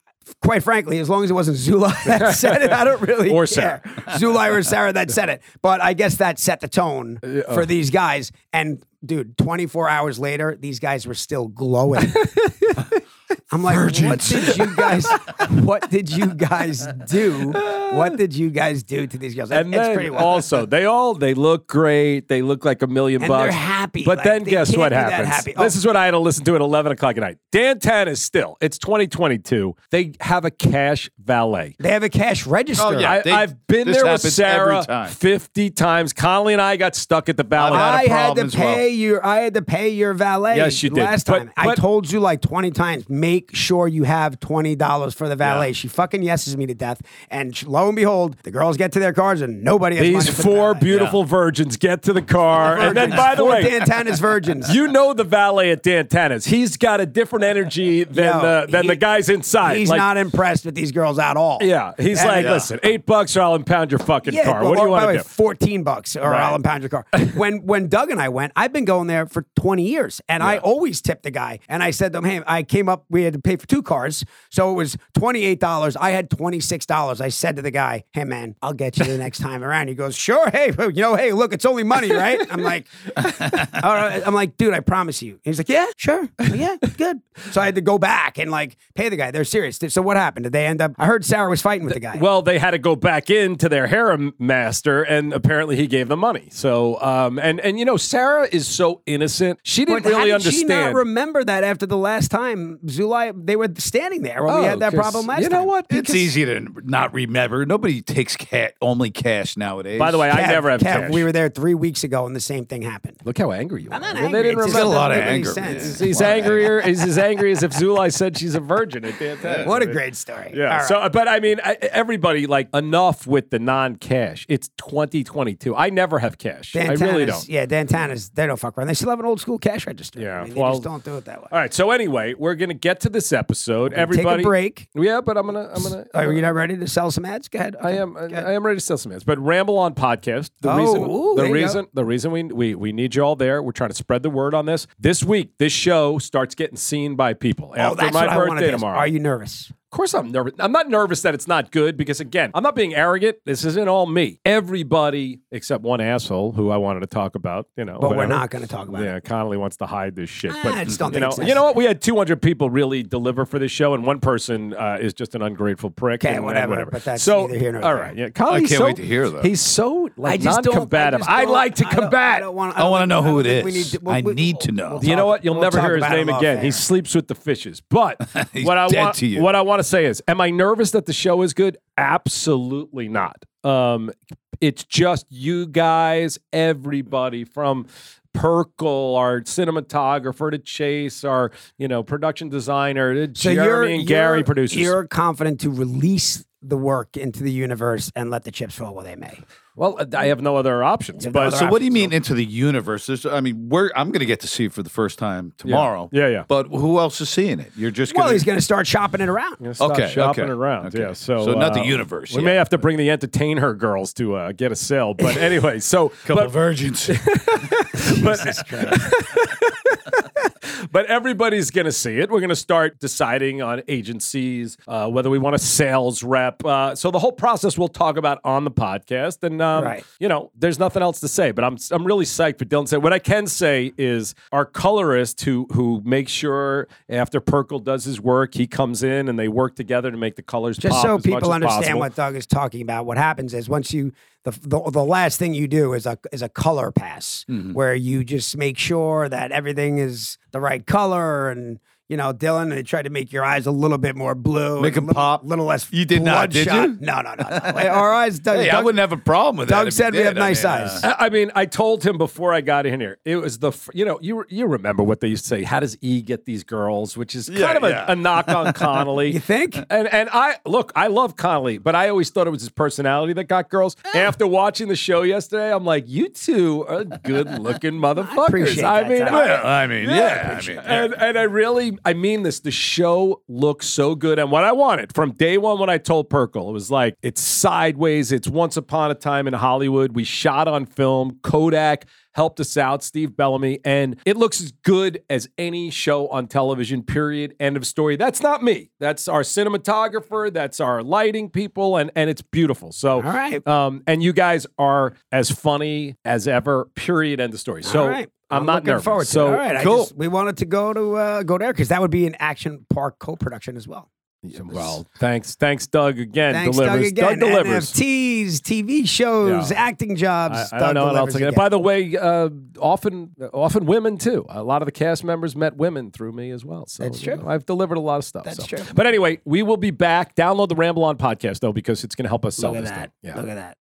[SPEAKER 3] quite frankly, as long as it wasn't Zulai that said it, I don't really
[SPEAKER 5] Or
[SPEAKER 3] care. Zulai or Sarah that said it, but I guess that set the tone
[SPEAKER 5] Uh,
[SPEAKER 3] for these guys. And dude, 24 hours later, these guys were still glowing. I'm like,
[SPEAKER 6] Virgins.
[SPEAKER 3] what did you guys? What did you guys do? What did you guys do to these girls?
[SPEAKER 5] And
[SPEAKER 3] it's
[SPEAKER 5] then
[SPEAKER 3] pretty wild.
[SPEAKER 5] also, they all they look great. They look like a million
[SPEAKER 3] And
[SPEAKER 5] bucks.
[SPEAKER 3] they're happy.
[SPEAKER 5] But
[SPEAKER 3] Like,
[SPEAKER 5] then
[SPEAKER 3] they
[SPEAKER 5] guess
[SPEAKER 3] can't
[SPEAKER 5] what
[SPEAKER 3] be that
[SPEAKER 5] happens?
[SPEAKER 3] happy. Oh.
[SPEAKER 5] This is what I had to listen to at eleven o'clock at night. Dan Tan is still. It's twenty twenty two. They have a cash valet.
[SPEAKER 3] they have a cash register.
[SPEAKER 6] Oh, yeah.
[SPEAKER 5] I,
[SPEAKER 6] they-
[SPEAKER 5] I've been
[SPEAKER 6] this
[SPEAKER 5] there with
[SPEAKER 6] happens every
[SPEAKER 5] Sarah
[SPEAKER 6] time.
[SPEAKER 5] fifty times. Conley and I got stuck at the valet.
[SPEAKER 6] Not a
[SPEAKER 3] I had
[SPEAKER 6] problem
[SPEAKER 3] to
[SPEAKER 6] as well.
[SPEAKER 3] pay your I had to pay your valet
[SPEAKER 5] Yes, you did.
[SPEAKER 3] last
[SPEAKER 5] But-
[SPEAKER 3] time. I
[SPEAKER 5] but-
[SPEAKER 3] told you like 20 times, maybe make sure you have $20 for the valet. She fucking yeses me to death. And sh- lo and behold, the girls get to their cars and nobody has money
[SPEAKER 5] These
[SPEAKER 3] for the
[SPEAKER 5] four
[SPEAKER 3] valet.
[SPEAKER 5] beautiful virgins get to the car, and then
[SPEAKER 3] Virgins.
[SPEAKER 5] by the
[SPEAKER 3] Four
[SPEAKER 5] way,
[SPEAKER 3] Dantana's virgins.
[SPEAKER 5] You know the valet at Dantana's. He's got a different energy than
[SPEAKER 3] Yo,
[SPEAKER 5] the than
[SPEAKER 3] he-
[SPEAKER 5] the guys inside.
[SPEAKER 3] He's
[SPEAKER 5] Like,
[SPEAKER 3] not impressed with these girls at all.
[SPEAKER 5] Yeah, he's
[SPEAKER 3] And- uh,
[SPEAKER 5] like, listen, eight bucks or I'll impound your fucking car.
[SPEAKER 3] well,
[SPEAKER 5] What do you
[SPEAKER 3] or- by
[SPEAKER 5] want
[SPEAKER 3] the way,
[SPEAKER 5] to do?
[SPEAKER 3] Fourteen bucks, or
[SPEAKER 5] Right.
[SPEAKER 3] I'll impound your car. when when Doug and I went, I've been going there for twenty years, and I always tip the guy. And I said to him, "Hey, I came up. We had to pay for two cars, so it was twenty eight dollars. I had twenty six dollars. I said to the guy, "Hey, man, I'll get you the next time around." He goes, "Sure. Hey, well, you know, hey, look, it's only money, right?" I'm like, all right. "I'm like, dude, I promise you." He's like, "Yeah, sure, I'm like, yeah, good." So I had to go back and like pay the guy. They're serious. So what happened? Did they end up? I heard Sarah was fighting with the guy.
[SPEAKER 5] Well, they had to go back into their harem master, and apparently he gave them money. So, um, and and you know, Sarah is so innocent; she didn't
[SPEAKER 3] But
[SPEAKER 5] really
[SPEAKER 3] how did
[SPEAKER 5] understand.
[SPEAKER 3] She not remember that after the last time Zulai, they were standing there when
[SPEAKER 5] Oh,
[SPEAKER 3] we had that
[SPEAKER 5] 'cause
[SPEAKER 3] problem last time.
[SPEAKER 5] You know what?
[SPEAKER 6] It's
[SPEAKER 5] Because-
[SPEAKER 6] easy to not remember. Nobody takes ca- only cash nowadays.
[SPEAKER 5] By the way,
[SPEAKER 3] Kev,
[SPEAKER 5] I never have
[SPEAKER 3] Kev,
[SPEAKER 5] cash.
[SPEAKER 3] we were there three weeks ago and the same thing happened.
[SPEAKER 5] Look how angry you are.
[SPEAKER 3] I'm not
[SPEAKER 5] They
[SPEAKER 3] angry.
[SPEAKER 5] didn't
[SPEAKER 3] It's just
[SPEAKER 5] remember-
[SPEAKER 6] a lot of
[SPEAKER 3] doesn't make
[SPEAKER 6] anger,
[SPEAKER 3] any sense.
[SPEAKER 6] man.
[SPEAKER 5] He's angrier. He's as angry as if Zulai said she's a virgin at Dantana.
[SPEAKER 3] What a great story.
[SPEAKER 5] Yeah.
[SPEAKER 3] All right.
[SPEAKER 5] So, but I mean, I, everybody like enough with the non-cash. It's 2022. I never have cash. I really
[SPEAKER 3] Dantana's-
[SPEAKER 5] don't.
[SPEAKER 3] Yeah, Dantana's, they don't fuck around. They still have an old school cash register.
[SPEAKER 5] Yeah,
[SPEAKER 3] I mean,
[SPEAKER 5] well-
[SPEAKER 3] they just don't do it that way.
[SPEAKER 5] All right. So anyway, we're gonna get to this episode.
[SPEAKER 3] Take
[SPEAKER 5] Everybody,
[SPEAKER 3] a break.
[SPEAKER 5] Yeah, but I'm gonna, I'm gonna.
[SPEAKER 3] Are you not ready to sell some ads? Go ahead.
[SPEAKER 5] I
[SPEAKER 3] Okay.
[SPEAKER 5] am. uh,
[SPEAKER 3] Go ahead.
[SPEAKER 5] I am ready to sell some ads, but ramble on podcast. The
[SPEAKER 3] Oh,
[SPEAKER 5] reason.
[SPEAKER 3] ooh,
[SPEAKER 5] the
[SPEAKER 3] there you go.
[SPEAKER 5] reason. The reason we, we we need you all there. We're trying to spread the word on this. This week, this show starts getting seen by people
[SPEAKER 3] Oh,
[SPEAKER 5] after
[SPEAKER 3] that's
[SPEAKER 5] my
[SPEAKER 3] what I wanted to
[SPEAKER 5] birthday
[SPEAKER 3] ask.
[SPEAKER 5] tomorrow.
[SPEAKER 3] Are you nervous?
[SPEAKER 5] Of course, I'm nervous. I'm not nervous that it's not good because, again, I'm not being arrogant. This isn't all me. Everybody except one asshole who I wanted to talk about, you know.
[SPEAKER 3] But we're not going to talk about it.
[SPEAKER 5] Yeah, Connolly wants to hide this shit.
[SPEAKER 3] Ah,
[SPEAKER 5] But
[SPEAKER 3] I just don't
[SPEAKER 5] you
[SPEAKER 3] think
[SPEAKER 5] know,
[SPEAKER 3] it's
[SPEAKER 5] you know what? We had 200 people really deliver for this show, and one person uh, is just an ungrateful prick.
[SPEAKER 3] Okay,
[SPEAKER 5] and, and
[SPEAKER 3] whatever, but that's
[SPEAKER 5] so,
[SPEAKER 3] neither here nor
[SPEAKER 5] all
[SPEAKER 3] there.
[SPEAKER 5] right, yeah. Connolly's
[SPEAKER 6] I can't
[SPEAKER 5] so-
[SPEAKER 6] wait to hear, though.
[SPEAKER 5] He's so like,
[SPEAKER 3] I just don't.
[SPEAKER 5] non-combative.
[SPEAKER 3] just
[SPEAKER 5] I,
[SPEAKER 3] don't-
[SPEAKER 5] like to
[SPEAKER 3] I don't-
[SPEAKER 5] combat.
[SPEAKER 3] I don't want.
[SPEAKER 6] I want to know who it is.
[SPEAKER 3] We need to,
[SPEAKER 6] I
[SPEAKER 3] we-
[SPEAKER 6] need to know.
[SPEAKER 3] we'll
[SPEAKER 5] You know
[SPEAKER 3] talk-
[SPEAKER 5] what? You'll
[SPEAKER 3] we'll
[SPEAKER 5] never
[SPEAKER 3] talk
[SPEAKER 5] hear his
[SPEAKER 3] about it
[SPEAKER 5] name
[SPEAKER 3] off
[SPEAKER 5] again.
[SPEAKER 3] air.
[SPEAKER 5] He sleeps with the fishes. But
[SPEAKER 6] He's
[SPEAKER 5] what I
[SPEAKER 6] dead
[SPEAKER 5] want
[SPEAKER 6] to you.
[SPEAKER 5] what I want to say is, am I nervous that the show is good? Absolutely not. Um, it's just you guys, everybody from Perkle, our cinematographer, to Chase, our you know production designer, to Jeremy and Gary
[SPEAKER 3] you're-
[SPEAKER 5] producers.
[SPEAKER 3] You're confident to release the work into the universe and let the chips fall where they may.
[SPEAKER 5] well, I have no other options.
[SPEAKER 3] have no
[SPEAKER 5] But
[SPEAKER 3] other
[SPEAKER 6] so what do you mean into the universe? There's, I mean, we're I'm going to get to see it for the first time tomorrow.
[SPEAKER 5] Yeah, yeah.
[SPEAKER 6] But who else is seeing it? You're just
[SPEAKER 3] Well,
[SPEAKER 6] gonna,
[SPEAKER 3] he's going to start shopping it around.
[SPEAKER 5] Stop
[SPEAKER 6] Okay,
[SPEAKER 5] shopping
[SPEAKER 6] okay,
[SPEAKER 5] around.
[SPEAKER 6] okay.
[SPEAKER 5] Yeah, so
[SPEAKER 6] So not the
[SPEAKER 5] uh,
[SPEAKER 6] universe
[SPEAKER 5] We
[SPEAKER 6] yet,
[SPEAKER 5] may have to bring the entertain her girls to uh, get a sale. But anyway, so
[SPEAKER 6] couple
[SPEAKER 5] but,
[SPEAKER 6] virgins.
[SPEAKER 5] But everybody's going to see it. We're going to start deciding on agencies, uh, whether we want a sales rep. Uh, so the whole process we'll talk about on the podcast. And um,
[SPEAKER 3] Right.
[SPEAKER 5] you know, there's nothing else to say. But I'm I'm really psyched for Dylan said. What I can say is our colorist who who makes sure after Perkle does his work, he comes in and they work together to make the colors
[SPEAKER 3] Just
[SPEAKER 5] pop
[SPEAKER 3] so
[SPEAKER 5] as much
[SPEAKER 3] people
[SPEAKER 5] as
[SPEAKER 3] understand
[SPEAKER 5] possible.
[SPEAKER 3] what Doug is talking about, what happens is once you the, the the last thing you do is a is a color pass
[SPEAKER 5] Mm-hmm.
[SPEAKER 3] where you just make sure that everything is the right color and you know Dylan they tried to make your eyes a little bit more blue,
[SPEAKER 6] Make
[SPEAKER 3] and
[SPEAKER 6] 'em
[SPEAKER 3] a little,
[SPEAKER 6] pop.
[SPEAKER 3] little less.
[SPEAKER 6] You did not, did
[SPEAKER 3] bloodshot.
[SPEAKER 6] you?
[SPEAKER 3] No, no, no. no. Our eyes. Doug,
[SPEAKER 6] hey, I
[SPEAKER 3] Doug-
[SPEAKER 6] wouldn't have a problem with that.
[SPEAKER 3] Doug
[SPEAKER 6] if you
[SPEAKER 3] said we
[SPEAKER 6] did.
[SPEAKER 3] have
[SPEAKER 6] I
[SPEAKER 3] nice
[SPEAKER 6] mean, uh,
[SPEAKER 3] eyes.
[SPEAKER 5] I I mean, I told him before I got in here. It was the fir- you know you you remember what they used to say. How does E get these girls? Which is kind
[SPEAKER 6] Yeah,
[SPEAKER 5] of a,
[SPEAKER 6] yeah.
[SPEAKER 5] a knock on Connolly.
[SPEAKER 3] You think?
[SPEAKER 5] And and I look, I love Connolly, but I always thought it was his personality that got girls. After watching the show yesterday, I'm like, you two are good looking motherfuckers. I,
[SPEAKER 3] appreciate that,
[SPEAKER 5] mean,
[SPEAKER 3] Tom.
[SPEAKER 5] I-
[SPEAKER 6] well, I mean, yeah. I mean,
[SPEAKER 5] and, and I really, I mean this. The show looks so good. And what I wanted from day one when I told Perkle, it was like, it's sideways. It's once upon a time in Hollywood. We shot on film. Kodak helped us out, Steve Bellamy. And it looks as good as any show on television, period. End of story. That's not me. That's our cinematographer. That's our lighting people. And, and it's beautiful. So,
[SPEAKER 3] All right.
[SPEAKER 5] Um, and you guys are as funny as ever, period. End of story. So,
[SPEAKER 3] All right.
[SPEAKER 5] I'm, not
[SPEAKER 3] looking
[SPEAKER 5] nervous.
[SPEAKER 3] Forward to
[SPEAKER 5] so
[SPEAKER 3] it. All right, I
[SPEAKER 5] cool.
[SPEAKER 3] just- we wanted to go to uh, go there because that would be an Action Park co-production as well.
[SPEAKER 5] Well, thanks, thanks, Doug again.
[SPEAKER 3] Thanks,
[SPEAKER 5] delivers.
[SPEAKER 3] Doug again. uh,
[SPEAKER 5] delivers.
[SPEAKER 3] NFTs, TV shows,
[SPEAKER 5] Yeah.
[SPEAKER 3] acting
[SPEAKER 5] I,
[SPEAKER 3] jobs.
[SPEAKER 5] I don't
[SPEAKER 3] Doug
[SPEAKER 5] know what else.
[SPEAKER 3] delivers
[SPEAKER 5] I can-
[SPEAKER 3] again.
[SPEAKER 5] By the way, uh, often, often women too. A lot of the cast members met women through me as well. So
[SPEAKER 3] That's
[SPEAKER 5] you
[SPEAKER 3] true.
[SPEAKER 5] know, I've delivered a lot of stuff.
[SPEAKER 3] That's
[SPEAKER 5] so.
[SPEAKER 3] true.
[SPEAKER 5] But anyway, we will be back. Download the Ramble on podcast though, because it's going to help us sell
[SPEAKER 3] Look at
[SPEAKER 5] this
[SPEAKER 3] that.
[SPEAKER 5] thing. Yeah.
[SPEAKER 3] Look at that.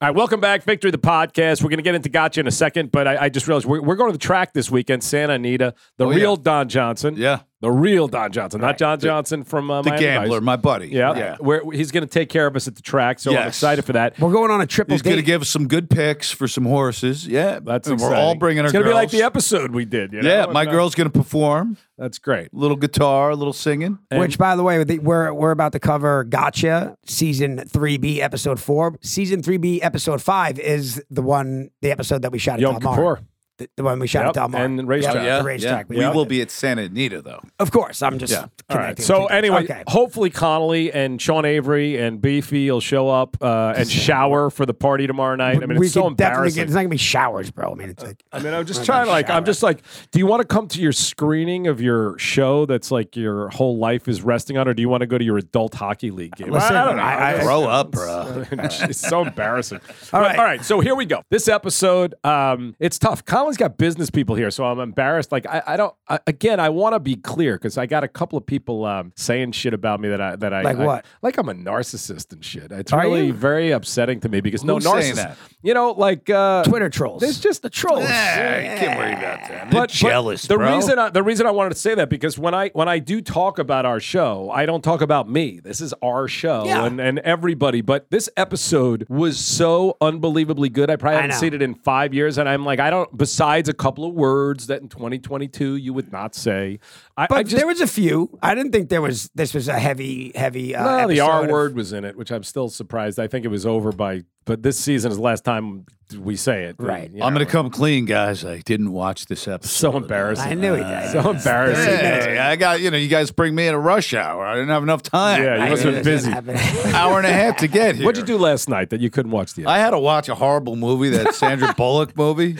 [SPEAKER 5] All right, welcome back, Victory the podcast. We're going to get into gotcha in a second, but I, I just realized we're, we're going to the track this weekend. Santa Anita,
[SPEAKER 3] Oh,
[SPEAKER 5] the
[SPEAKER 6] yeah.
[SPEAKER 5] real Don Johnson,
[SPEAKER 6] Yeah.
[SPEAKER 5] the real Don Johnson, not John Johnson from uh,
[SPEAKER 6] The
[SPEAKER 5] Miami Vice.
[SPEAKER 6] gambler, my buddy.
[SPEAKER 5] Yeah, Where he's going to take care of us at the track, so I'm
[SPEAKER 6] Yes.
[SPEAKER 5] excited for that.
[SPEAKER 3] We're going on a triple
[SPEAKER 6] He's going to
[SPEAKER 3] date.
[SPEAKER 6] give us some good picks for some horses. Yeah.
[SPEAKER 5] That's
[SPEAKER 6] and We're
[SPEAKER 5] exciting.
[SPEAKER 6] all bringing our
[SPEAKER 5] It's gonna
[SPEAKER 6] girls.
[SPEAKER 5] be like the episode we did. you
[SPEAKER 6] Yeah,
[SPEAKER 5] know? Uh,
[SPEAKER 6] my girl's going to perform.
[SPEAKER 5] That's great.
[SPEAKER 6] A little guitar, a little singing.
[SPEAKER 3] Which, by the way, the- we're we're about to cover Gotcha season three B episode four. Season three B episode five is the one the episode that we shot at Del
[SPEAKER 5] Yom
[SPEAKER 3] Mar.
[SPEAKER 5] Kippur.
[SPEAKER 3] The, the one we shot
[SPEAKER 5] Yep,
[SPEAKER 3] at Del Mar
[SPEAKER 5] and the racetrack.
[SPEAKER 3] Yeah,
[SPEAKER 5] Yeah,
[SPEAKER 3] the racetrack.
[SPEAKER 6] We will be at Santa Anita, though.
[SPEAKER 3] of course. I'm just
[SPEAKER 6] Yeah.
[SPEAKER 5] All right.
[SPEAKER 3] connecting
[SPEAKER 5] So
[SPEAKER 3] the two things.
[SPEAKER 5] anyway,
[SPEAKER 3] okay.
[SPEAKER 5] hopefully Connolly and Sean Avery and Beefy will show up uh, and shower for the party tomorrow night. I mean,
[SPEAKER 3] we
[SPEAKER 5] it's so
[SPEAKER 3] could definitely get,
[SPEAKER 5] embarrassing. Uh,
[SPEAKER 3] it's not gonna be showers, bro. I mean, it's like
[SPEAKER 5] I mean, I'm just trying to like, I'm just like, do you want to come to your screening of your show that's like your whole life is resting on, or do you want to go to your adult hockey league game?
[SPEAKER 3] Listen,
[SPEAKER 5] I don't know.
[SPEAKER 3] I- I-
[SPEAKER 6] Grow up, bro.
[SPEAKER 5] it's so embarrassing.
[SPEAKER 3] All
[SPEAKER 5] All
[SPEAKER 3] right.
[SPEAKER 5] right. all right. So here we go. This episode, um, it's tough. Colin's got business people here, so I'm embarrassed. Like I, I don't. I, again, I want to be clear because I got a couple of people um, saying shit about me that I that I
[SPEAKER 3] Like
[SPEAKER 5] I-
[SPEAKER 3] what?
[SPEAKER 5] like I'm a narcissist and shit. It's
[SPEAKER 3] Are
[SPEAKER 5] really
[SPEAKER 3] you?
[SPEAKER 5] very upsetting to me because
[SPEAKER 6] Who's
[SPEAKER 5] no narcissist.
[SPEAKER 6] saying that?
[SPEAKER 5] You know, like uh,
[SPEAKER 3] Twitter trolls.
[SPEAKER 5] There's just the trolls.
[SPEAKER 6] Nah, you can't worry about that.
[SPEAKER 5] But-
[SPEAKER 6] They're
[SPEAKER 5] but
[SPEAKER 6] jealous,
[SPEAKER 5] the
[SPEAKER 6] bro.
[SPEAKER 5] reason I, the reason I wanted to say that because when I when I do talk about our show, I don't talk about me. This is our show
[SPEAKER 3] Yeah.
[SPEAKER 5] and and everybody. But this episode was so unbelievably good. I probably
[SPEAKER 3] I
[SPEAKER 5] haven't
[SPEAKER 3] know.
[SPEAKER 5] seen it in five years, and I'm like, I don't. Besides a couple of words that in 2022 you would not say. I,
[SPEAKER 3] but
[SPEAKER 5] I just
[SPEAKER 3] there was a few. I didn't think there was. This was a heavy, heavy. Uh,
[SPEAKER 5] no, the
[SPEAKER 3] episode
[SPEAKER 5] R
[SPEAKER 3] of-
[SPEAKER 5] word was in it, which I'm still surprised. I think it was over by. But this season is the last time we say it.
[SPEAKER 3] Right.
[SPEAKER 5] You
[SPEAKER 6] I'm
[SPEAKER 5] know,
[SPEAKER 6] going to come clean, guys. I didn't watch this episode.
[SPEAKER 5] So embarrassing. Uh,
[SPEAKER 3] I knew he did.
[SPEAKER 5] So embarrassing.
[SPEAKER 6] Hey, I got, you know, you guys bring me in a rush hour. I didn't have enough time.
[SPEAKER 5] Yeah, you
[SPEAKER 6] I
[SPEAKER 5] must
[SPEAKER 6] had
[SPEAKER 5] have
[SPEAKER 6] an
[SPEAKER 5] been busy.
[SPEAKER 6] hour and a half to get here.
[SPEAKER 5] What'd you do last night that you couldn't watch the?
[SPEAKER 6] I had to watch a horrible movie, that Sandra Bullock movie.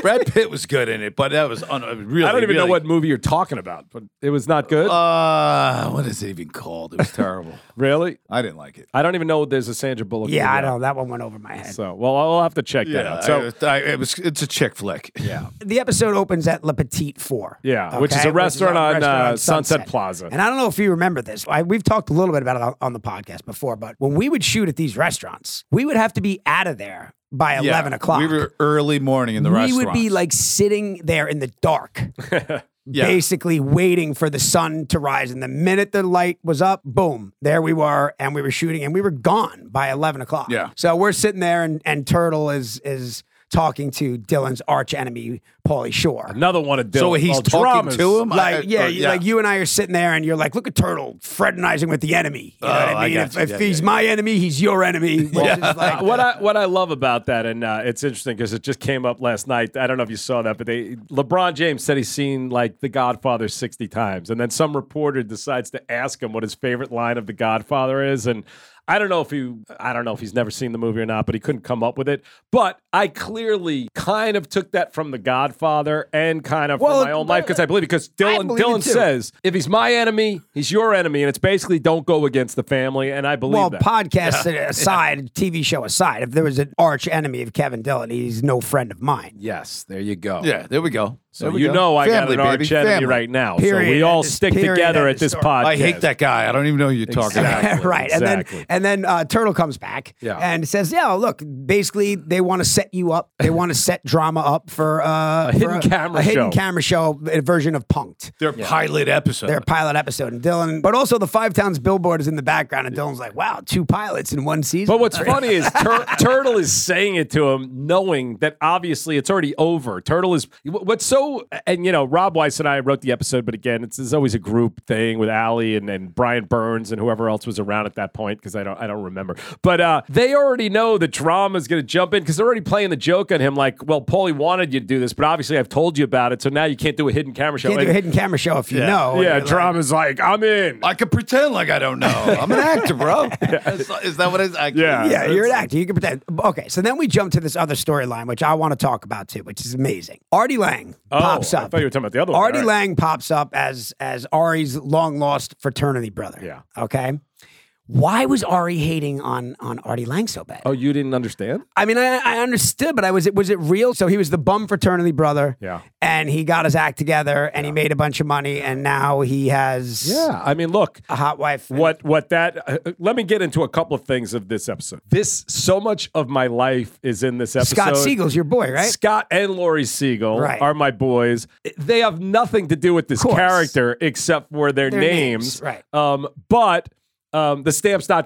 [SPEAKER 6] Brad Pitt was good in it, but that was un- uh, really.
[SPEAKER 5] I don't even know
[SPEAKER 6] really-
[SPEAKER 5] what movie you're talking about, but it was not good.
[SPEAKER 6] Uh, what is it even called? It was terrible.
[SPEAKER 5] really?
[SPEAKER 6] I didn't like it.
[SPEAKER 5] I don't even know there's a Sandra Bullock.
[SPEAKER 3] yeah, I
[SPEAKER 5] movie out.
[SPEAKER 3] know that one went over my head.
[SPEAKER 5] So, well, I'll have to check that out. So,
[SPEAKER 6] I- I- uh, it was. It's a chick flick.
[SPEAKER 5] yeah.
[SPEAKER 3] the episode opens at Le Petit Four.
[SPEAKER 5] Yeah, which is a restaurant on, uh, Sunset Plaza.
[SPEAKER 3] And I don't know if you remember this. I, we've talked a little bit about it on, on the podcast before, but when we would shoot at these restaurants, we would have to be out of there by
[SPEAKER 6] Yeah,
[SPEAKER 3] eleven o'clock.
[SPEAKER 6] We were early morning in the
[SPEAKER 3] We
[SPEAKER 6] restaurant.
[SPEAKER 3] would be like sitting there in the dark,
[SPEAKER 6] Yeah.
[SPEAKER 3] basically waiting for the sun to rise. And the minute the light was up, boom, there we were, and we were shooting, and we were gone by eleven o'clock.
[SPEAKER 6] Yeah.
[SPEAKER 3] So we're sitting there, and, and Turtle is is talking to Dylan's arch enemy, Paulie Shore.
[SPEAKER 5] Another one of Dylan.
[SPEAKER 6] So he's
[SPEAKER 5] well,
[SPEAKER 6] talking
[SPEAKER 5] dramas.
[SPEAKER 6] to him. I-
[SPEAKER 3] Like
[SPEAKER 6] I-
[SPEAKER 3] yeah,
[SPEAKER 6] or-
[SPEAKER 3] you- like you and I are sitting there, and you're like, "Look at Turtle fraternizing with the enemy." You know what
[SPEAKER 6] Oh, I
[SPEAKER 3] I mean?
[SPEAKER 6] got
[SPEAKER 3] if
[SPEAKER 6] you.
[SPEAKER 3] if
[SPEAKER 6] Yeah,
[SPEAKER 3] he's
[SPEAKER 6] yeah,
[SPEAKER 3] my enemy, he's your enemy. Which is like,
[SPEAKER 5] Uh, what I what I love about that, and uh, it's interesting because it just came up last night. I don't know if you saw that, but they LeBron James said he's seen like The Godfather sixty times, and then some reporter decides to ask him what his favorite line of The Godfather is, and I don't know if he I don't know if he's never seen the movie or not, but he couldn't come up with it. But I clearly kind of took that from The Godfather and kind of
[SPEAKER 3] Well,
[SPEAKER 5] from my own life because I believe it because Dylan
[SPEAKER 3] believe it
[SPEAKER 5] Dylan
[SPEAKER 3] too.
[SPEAKER 5] says if he's my enemy, he's your enemy, and it's basically don't go against the family, and I believe
[SPEAKER 3] well,
[SPEAKER 5] that.
[SPEAKER 3] podcast aside, TV show aside, if there was an arch enemy of Kevin Dillon, he's no friend of mine.
[SPEAKER 5] Yes, there you go.
[SPEAKER 6] Yeah, there we go.
[SPEAKER 5] So you know I got an arch enemy right now.
[SPEAKER 3] Period.
[SPEAKER 5] So we all
[SPEAKER 3] End of
[SPEAKER 5] stick
[SPEAKER 3] story.
[SPEAKER 5] together
[SPEAKER 3] End
[SPEAKER 5] at
[SPEAKER 3] of
[SPEAKER 5] this
[SPEAKER 3] story.
[SPEAKER 5] podcast.
[SPEAKER 6] I hate that guy. I don't even know who you're talking about.
[SPEAKER 5] Exactly,
[SPEAKER 3] right,
[SPEAKER 5] exactly.
[SPEAKER 3] and then and then uh, Turtle comes back
[SPEAKER 5] Yeah.
[SPEAKER 3] and says, "Yeah, look, basically they want to set you up. They want to set drama up for, uh, for
[SPEAKER 5] hidden camera
[SPEAKER 3] a hidden
[SPEAKER 5] show.
[SPEAKER 3] camera show, a version of Punked."
[SPEAKER 6] Their pilot episode.
[SPEAKER 3] their pilot episode and Dylan, but also the Five Towns billboard is in the background and Dylan's like, wow, two pilots in one season.
[SPEAKER 5] But what's funny is Tur- Turtle is saying it to him, knowing that obviously it's already over. Turtle is wh- what's so, and you know, Rob Weiss and I wrote the episode, but again, it's, it's always a group thing with Ali and, and Brian Burns and whoever else was around at that point because I don't I don't remember. But uh, they already know the drama is going to jump in because they're already playing the joke on him, like, well, Paulie wanted you to do this, but obviously I've told you about it, so now you can't do a hidden camera show.
[SPEAKER 3] can't do a
[SPEAKER 5] And-
[SPEAKER 3] hidden camera show if you know.
[SPEAKER 5] yeah, drama's like, I'm in.
[SPEAKER 6] I could pretend like I don't know. I'm an actor, bro. Is, is that what it is? I,
[SPEAKER 5] Yeah.
[SPEAKER 3] Yeah, you're an actor. You can pretend. Okay, so then we jump to this other storyline, which I want to talk about too, which is amazing. Artie Lang
[SPEAKER 5] Oh,
[SPEAKER 3] pops
[SPEAKER 5] I
[SPEAKER 3] up.
[SPEAKER 5] thought you were talking about the other one.
[SPEAKER 3] Artie
[SPEAKER 5] All right.
[SPEAKER 3] Lang pops up as as Ari's long lost fraternity brother.
[SPEAKER 5] Yeah.
[SPEAKER 3] Okay. why was Ari hating on on Artie Lang so bad?
[SPEAKER 5] Oh, you didn't understand?
[SPEAKER 3] I mean, I, I understood, but I was it was it real? So he was the bum fraternity brother.
[SPEAKER 5] Yeah.
[SPEAKER 3] And he got his act together, and he made a bunch of money, and now he has
[SPEAKER 5] Yeah. I mean, look,
[SPEAKER 3] a hot wife. and-
[SPEAKER 5] what what that uh, uh, let me get into a couple of things of this episode this so much of my life is in this episode
[SPEAKER 3] Scott Siegel's your boy, right?
[SPEAKER 5] Scott and Lori Siegel
[SPEAKER 3] Right.
[SPEAKER 5] are my boys. They have nothing to do with this
[SPEAKER 3] course.
[SPEAKER 5] character except for their,
[SPEAKER 3] Their names,
[SPEAKER 5] names.
[SPEAKER 3] right.
[SPEAKER 5] Um, but um, the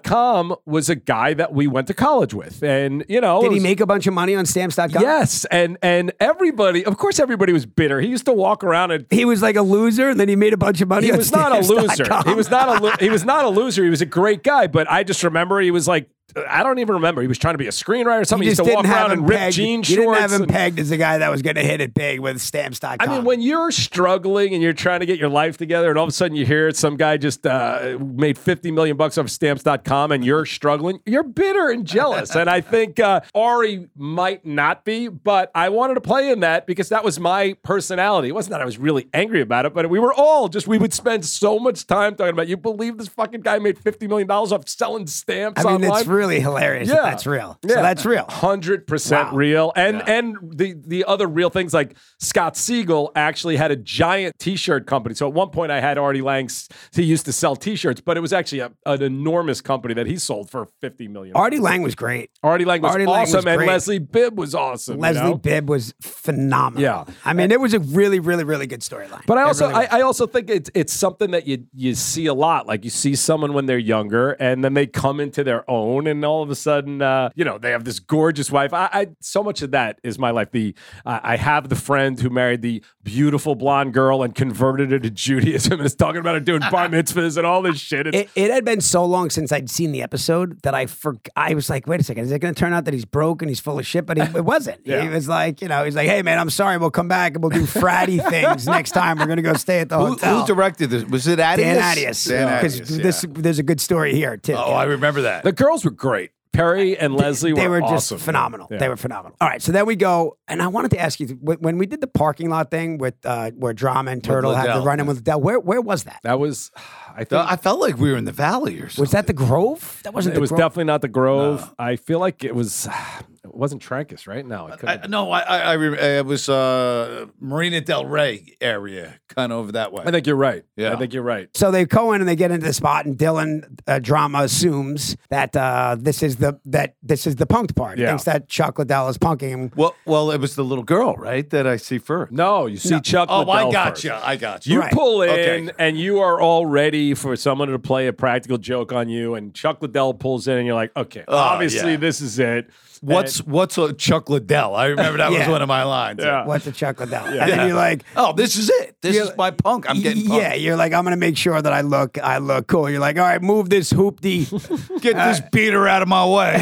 [SPEAKER 5] stamps.com was a guy that we went to college with. And, you know, it
[SPEAKER 3] Did he
[SPEAKER 5] was-
[SPEAKER 3] make a bunch of money on stamps.com?
[SPEAKER 5] Yes, and and everybody, of course, everybody was bitter. He used to walk around and
[SPEAKER 3] He was like a loser, and then he made a bunch of money.
[SPEAKER 5] he
[SPEAKER 3] on
[SPEAKER 5] was not a
[SPEAKER 3] Stamps.com.
[SPEAKER 5] loser. He was not a lo- he was not a loser. He was a great guy, but I just remember he was like I don't even remember. He was trying to be a screenwriter or something.
[SPEAKER 3] You
[SPEAKER 5] He used to
[SPEAKER 3] just
[SPEAKER 5] walk
[SPEAKER 3] didn't have him
[SPEAKER 5] around and rip
[SPEAKER 3] pegged.
[SPEAKER 5] jean shorts.
[SPEAKER 3] You didn't have him
[SPEAKER 5] and-
[SPEAKER 3] pegged as the guy that was going to hit it big with stamps.com.
[SPEAKER 5] I mean, when you're struggling and you're trying to get your life together, and all of a sudden you hear it, some guy just uh, made 50 million bucks off stamps.com and you're struggling, you're bitter and jealous. and I think uh, Ari might not be, but I wanted to play in that because that was my personality. It wasn't that I was really angry about it, but we were all just, we would spend so much time talking about, you believe this fucking guy made $50 million off selling stamps
[SPEAKER 3] I mean,
[SPEAKER 5] online?
[SPEAKER 3] it's really hilarious. that
[SPEAKER 5] Yeah.
[SPEAKER 3] that's real. So that's real.
[SPEAKER 5] Hundred percent
[SPEAKER 3] Wow.
[SPEAKER 5] real. And and the the other real things like Scott Siegel actually had a giant T-shirt company. So at one point I had Artie Lang's. He used to sell T-shirts, but it was actually a, an enormous company that he sold for fifty million.
[SPEAKER 3] Artie Lang was great.
[SPEAKER 5] Artie Lang was
[SPEAKER 3] Artie Lang was
[SPEAKER 5] awesome, and
[SPEAKER 3] great.
[SPEAKER 5] Leslie Bibb was awesome. you
[SPEAKER 3] Leslie
[SPEAKER 5] know?
[SPEAKER 3] Bibb was phenomenal.
[SPEAKER 5] Yeah.
[SPEAKER 3] I mean, it was a really, really, really good storyline.
[SPEAKER 5] But I
[SPEAKER 3] It
[SPEAKER 5] also
[SPEAKER 3] really was.
[SPEAKER 5] I, I also think it's it's something that you you see a lot. Like you see someone when they're younger, and then they come into their own, and all of a sudden, uh, you know, they have this gorgeous wife. I, I so much of that is my life. The I I have the friend who married the beautiful blonde girl and converted her to Judaism, and is talking about her doing bar mitzvahs and all this shit. It's,
[SPEAKER 3] Uh, it, it had been so long since I'd seen the episode that I for, I was like, wait a second, is it going to turn out that he's broke and he's full of shit? But he, it wasn't. He
[SPEAKER 5] Yeah.
[SPEAKER 3] was like, you know, he's like, hey man, I'm sorry, we'll come back and we'll do fratty things next time. We're going to go stay at the
[SPEAKER 6] Who,
[SPEAKER 3] hotel.
[SPEAKER 6] who directed this? Was it Adius?
[SPEAKER 3] Dan Adius.
[SPEAKER 6] Dan
[SPEAKER 3] Because
[SPEAKER 6] Adius,
[SPEAKER 3] this
[SPEAKER 6] yeah.
[SPEAKER 3] there's a good story here too.
[SPEAKER 6] Oh, I remember that.
[SPEAKER 5] the girls were great. Perry and Leslie
[SPEAKER 3] they were,
[SPEAKER 5] awesome.
[SPEAKER 3] just phenomenal.
[SPEAKER 5] Yeah.
[SPEAKER 3] They were phenomenal. All right, so then we go, and I wanted to ask you wh- when we did the parking lot thing with uh, where Drama and Turtle had the
[SPEAKER 6] Liddell,
[SPEAKER 3] run in with Liddell. Where where was that?
[SPEAKER 5] That was I think
[SPEAKER 6] I felt like we were in the valley or something.
[SPEAKER 3] Was that the Grove? That wasn't.
[SPEAKER 5] it
[SPEAKER 3] the
[SPEAKER 5] was
[SPEAKER 3] Grove.
[SPEAKER 5] definitely not the Grove. I feel like it was. It wasn't Trancas, right?
[SPEAKER 3] Uh,
[SPEAKER 5] No, it could
[SPEAKER 6] I, no, I, I, I re- it was uh, Marina Del Rey area, kind of over that way.
[SPEAKER 5] I think you're right.
[SPEAKER 6] Yeah.
[SPEAKER 5] I think you're right.
[SPEAKER 3] So they go in and they get into the spot, and Dylan uh, drama assumes that uh, this is the that this is the punked part.
[SPEAKER 5] Yeah.
[SPEAKER 3] Thinks that Chuck Liddell is punking him.
[SPEAKER 6] well, well, it was the little girl, right, that I see first.
[SPEAKER 5] No, you see Chuck.
[SPEAKER 6] Oh, I
[SPEAKER 5] Liddell
[SPEAKER 6] got
[SPEAKER 5] first.
[SPEAKER 6] you. I got you.
[SPEAKER 5] You
[SPEAKER 3] Right.
[SPEAKER 5] pull in,
[SPEAKER 6] Okay.
[SPEAKER 5] and you are all ready for someone to play a practical joke on you. And Chuck Liddell pulls in, and you're like, okay,
[SPEAKER 3] Oh,
[SPEAKER 5] obviously
[SPEAKER 6] yeah.
[SPEAKER 5] this is it.
[SPEAKER 6] What's what's a Chuck Liddell? I remember that was
[SPEAKER 3] Yeah.
[SPEAKER 6] one of my lines.
[SPEAKER 5] Yeah.
[SPEAKER 3] What's a Chuck Liddell? And then you're like.
[SPEAKER 6] Oh, this is it. This
[SPEAKER 3] You're-
[SPEAKER 6] is my punk. I'm getting punked.
[SPEAKER 3] yeah, you're like I'm gonna make sure that I look, I look cool. You're like, all right, move this hoopty,
[SPEAKER 6] Get this
[SPEAKER 3] Uh,
[SPEAKER 6] beater out of my way.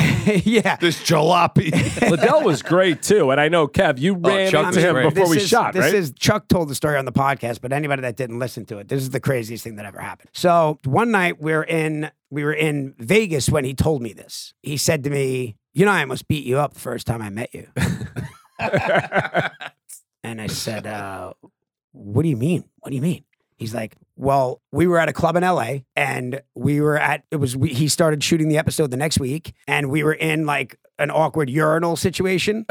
[SPEAKER 3] yeah.
[SPEAKER 6] this
[SPEAKER 3] Oh
[SPEAKER 6] jalopy.
[SPEAKER 5] And Liddell was great too. And I know Kev, you ran
[SPEAKER 6] Chuck
[SPEAKER 5] into
[SPEAKER 6] was
[SPEAKER 5] him
[SPEAKER 6] great.
[SPEAKER 5] before
[SPEAKER 3] this
[SPEAKER 5] we
[SPEAKER 3] is,
[SPEAKER 5] shot,
[SPEAKER 3] This
[SPEAKER 5] right?
[SPEAKER 3] is Chuck told the story on the podcast, but anybody that didn't listen to it, this is the craziest thing that ever happened. So one night we're in we were in Vegas when he told me this. He said to me, "You know, I almost beat you up the first time I met you." and I said, uh, "What do you mean? What do you mean?" He's like, "Well, we were at a club in LA, and we were at it was we, he started shooting the episode the next week, and we were in like." An awkward urinal situation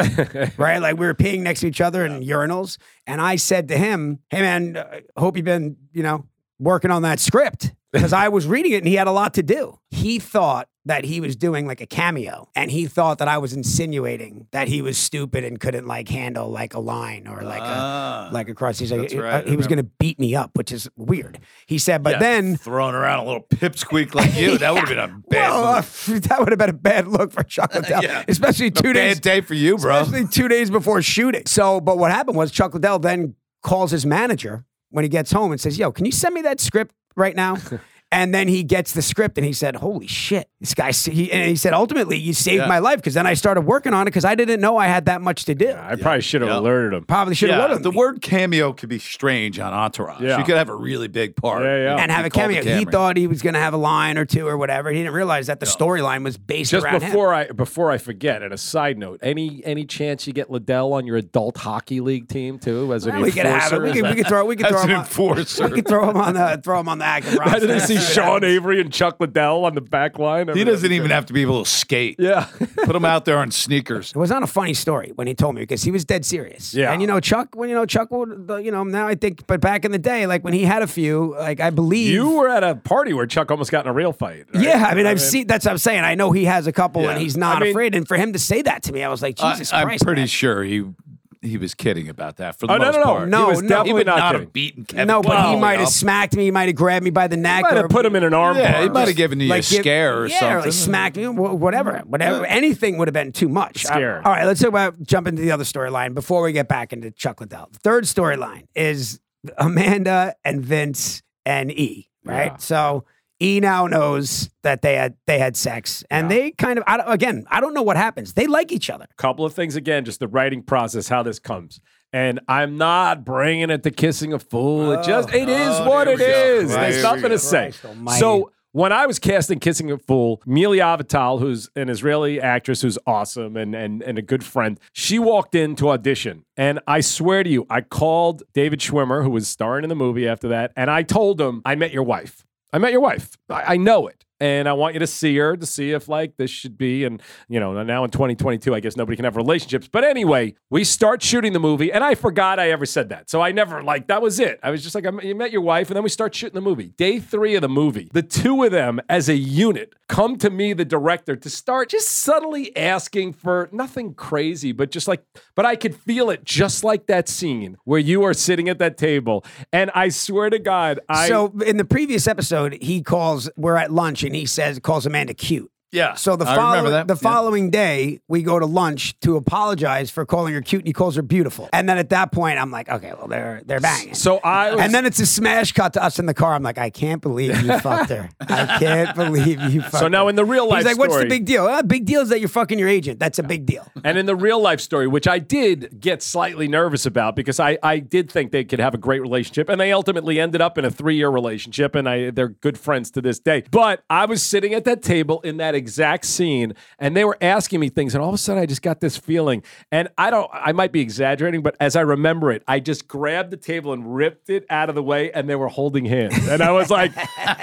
[SPEAKER 3] right? Like we were peeing next to each other in urinals. And I said to him, Hey, man, uh, hope you've been, you know, working on that script because I was reading it and he had a lot to do. He thought that he was doing like a cameo and he thought that I was insinuating that he was stupid and couldn't like handle like a line or like
[SPEAKER 6] Ah.
[SPEAKER 3] a. Like across, he's like,
[SPEAKER 6] That's right,
[SPEAKER 3] he was
[SPEAKER 6] I
[SPEAKER 3] going to beat me up, which is weird. He said, but
[SPEAKER 6] Yeah,
[SPEAKER 3] then
[SPEAKER 6] throwing around a little pipsqueak like you, that would have been a bad,
[SPEAKER 3] Well,
[SPEAKER 6] move.
[SPEAKER 3] uh, that would have been a bad look for Chuck Liddell,
[SPEAKER 6] Yeah.
[SPEAKER 3] especially two
[SPEAKER 6] a
[SPEAKER 3] days
[SPEAKER 6] bad day for you, bro.
[SPEAKER 3] Especially two days before shooting. So, but what happened was Chuck Liddell then calls his manager when he gets home and says, Yo, can you send me that script right now? and then he gets the script and he said, Holy shit, this guy, he, and he said, Ultimately, you saved
[SPEAKER 6] Yeah.
[SPEAKER 3] my life because then I started working on it because I didn't know I had that much to do.
[SPEAKER 5] I probably should have
[SPEAKER 6] Yeah.
[SPEAKER 5] alerted him.
[SPEAKER 3] Probably should have
[SPEAKER 6] Yeah,
[SPEAKER 3] yeah,
[SPEAKER 6] the word cameo could be strange on Entourage.
[SPEAKER 5] Yeah.
[SPEAKER 6] You could have a really big part.
[SPEAKER 5] Yeah, yeah.
[SPEAKER 3] and have
[SPEAKER 6] Be
[SPEAKER 3] a
[SPEAKER 6] called the
[SPEAKER 3] cameo. He
[SPEAKER 6] camera.
[SPEAKER 3] thought he was going to have a line or two or whatever. He didn't realize that the storyline was based
[SPEAKER 5] Just
[SPEAKER 3] around him.
[SPEAKER 5] before I before I forget, and a side note, any any chance you get Liddell on your adult hockey league team too as an
[SPEAKER 3] We could have it.
[SPEAKER 5] enforcer?
[SPEAKER 3] We
[SPEAKER 5] Is
[SPEAKER 3] could,
[SPEAKER 5] that-
[SPEAKER 3] we could throw. We could
[SPEAKER 6] As
[SPEAKER 3] throw
[SPEAKER 6] an
[SPEAKER 3] him. On,
[SPEAKER 6] enforcer.
[SPEAKER 3] we could throw him on the throw him on the active roster.
[SPEAKER 5] I didn't see see Sean Avery and Chuck Liddell on the back line.
[SPEAKER 6] He doesn't even have to be able to skate.
[SPEAKER 5] Yeah.
[SPEAKER 6] Put him out there on sneakers.
[SPEAKER 3] It was not a funny story when he told me because he was dead serious.
[SPEAKER 5] Yeah.
[SPEAKER 3] And you know, Chuck, when you know, Chuck would, the- you know, now I think, but back in the day, like when he had a few, like I believe.
[SPEAKER 5] You were at a party where Chuck almost got in a real fight. right?
[SPEAKER 3] Yeah, I mean, I've seen. That's what I'm saying. I know he has a couple, and
[SPEAKER 6] Yeah.
[SPEAKER 3] he's not
[SPEAKER 5] I mean-
[SPEAKER 3] afraid. And for him to say that to me, I was like, Jesus
[SPEAKER 6] I, am
[SPEAKER 3] Christ!
[SPEAKER 6] pretty
[SPEAKER 3] man.
[SPEAKER 6] sure he he was kidding about that for the
[SPEAKER 5] Oh, no,
[SPEAKER 6] most
[SPEAKER 5] no, no.
[SPEAKER 6] part.
[SPEAKER 5] he
[SPEAKER 3] No,
[SPEAKER 5] was
[SPEAKER 3] no.
[SPEAKER 5] definitely
[SPEAKER 6] He would
[SPEAKER 5] not,
[SPEAKER 6] not
[SPEAKER 5] kidding.
[SPEAKER 6] have beaten Kevin.
[SPEAKER 3] no, but he
[SPEAKER 6] Crowley
[SPEAKER 3] might have
[SPEAKER 6] up.
[SPEAKER 3] smacked me. He might have grabbed me by the neck.
[SPEAKER 5] Might
[SPEAKER 3] or,
[SPEAKER 5] have put him in an arm
[SPEAKER 6] Yeah, he
[SPEAKER 5] bar.
[SPEAKER 6] might have given you a
[SPEAKER 3] give-
[SPEAKER 6] scare or
[SPEAKER 3] yeah,
[SPEAKER 6] something.
[SPEAKER 3] like smacked me, wh- whatever, whatever. Anything would have been too much.
[SPEAKER 5] Scare.
[SPEAKER 3] Uh, all right, let's talk about jump into the other storyline before we get back into Chuck Liddell. The third storyline is Amanda and Vince and E. Right,
[SPEAKER 5] Yeah.
[SPEAKER 3] so. E now knows that they had they had sex, and they kind of I don't, again I don't know what happens. They like each other.
[SPEAKER 5] couple of things again, just the writing process, how this comes. And I'm not bringing it to kissing a fool. it just it is what
[SPEAKER 6] there
[SPEAKER 5] it
[SPEAKER 6] we go.
[SPEAKER 5] is.
[SPEAKER 6] Right,
[SPEAKER 5] There's
[SPEAKER 6] Oh, here we
[SPEAKER 5] nothing
[SPEAKER 6] go.
[SPEAKER 5] to say.
[SPEAKER 3] Christ almighty.
[SPEAKER 5] So when I was casting Kissing a Fool, Mili Avital, who's an Israeli actress who's awesome and, and and a good friend, she walked in to audition. And I swear to you, I called David Schwimmer, who was starring in the movie after that, and I told him, I met your wife. I met your wife. I, I know it. And I want you to see her to see if like this should be. And you know, now in 2022, I guess nobody can have relationships. But anyway, we start shooting the movie, and I forgot I ever said that. So I never like that was it. I was just like, I met- you met your wife, and then we start shooting the movie. Day three of the movie, the two of them as a unit come to me, the director, to start just subtly asking for nothing crazy, but just like, but I could feel it just like that scene where you are sitting at that table. And I swear to God, I
[SPEAKER 3] so in the previous episode, he calls. We're at lunch, and he says calls Amanda cute.
[SPEAKER 6] Yeah.
[SPEAKER 3] So the
[SPEAKER 6] I remember
[SPEAKER 3] follow-
[SPEAKER 6] that.
[SPEAKER 3] the
[SPEAKER 6] Yeah.
[SPEAKER 3] following day, we go to lunch to apologize for calling her cute, and he calls her beautiful. And then at that point, I'm like, okay, well they're they're banging.
[SPEAKER 5] so I was
[SPEAKER 3] and then it's a smash cut to us in the car. I'm like, I can't believe you fucked her. I can't believe you fucked
[SPEAKER 5] So now
[SPEAKER 3] her.
[SPEAKER 5] in the real life
[SPEAKER 3] He's like, what's
[SPEAKER 5] story-
[SPEAKER 3] the big deal? "Ah, big deal is that you're fucking your agent. That's a big deal.
[SPEAKER 5] And in the real life story, which I did get slightly nervous about because I, I did think they could have a great relationship, and they ultimately ended up in a three year relationship, and I they're good friends to this day. But I was sitting at that table in that exact scene, and they were asking me things, and all of a sudden I just got this feeling, and I don't I might be exaggerating, but as I remember it, I just grabbed the table and ripped it out of the way, and they were holding hands, and I was like,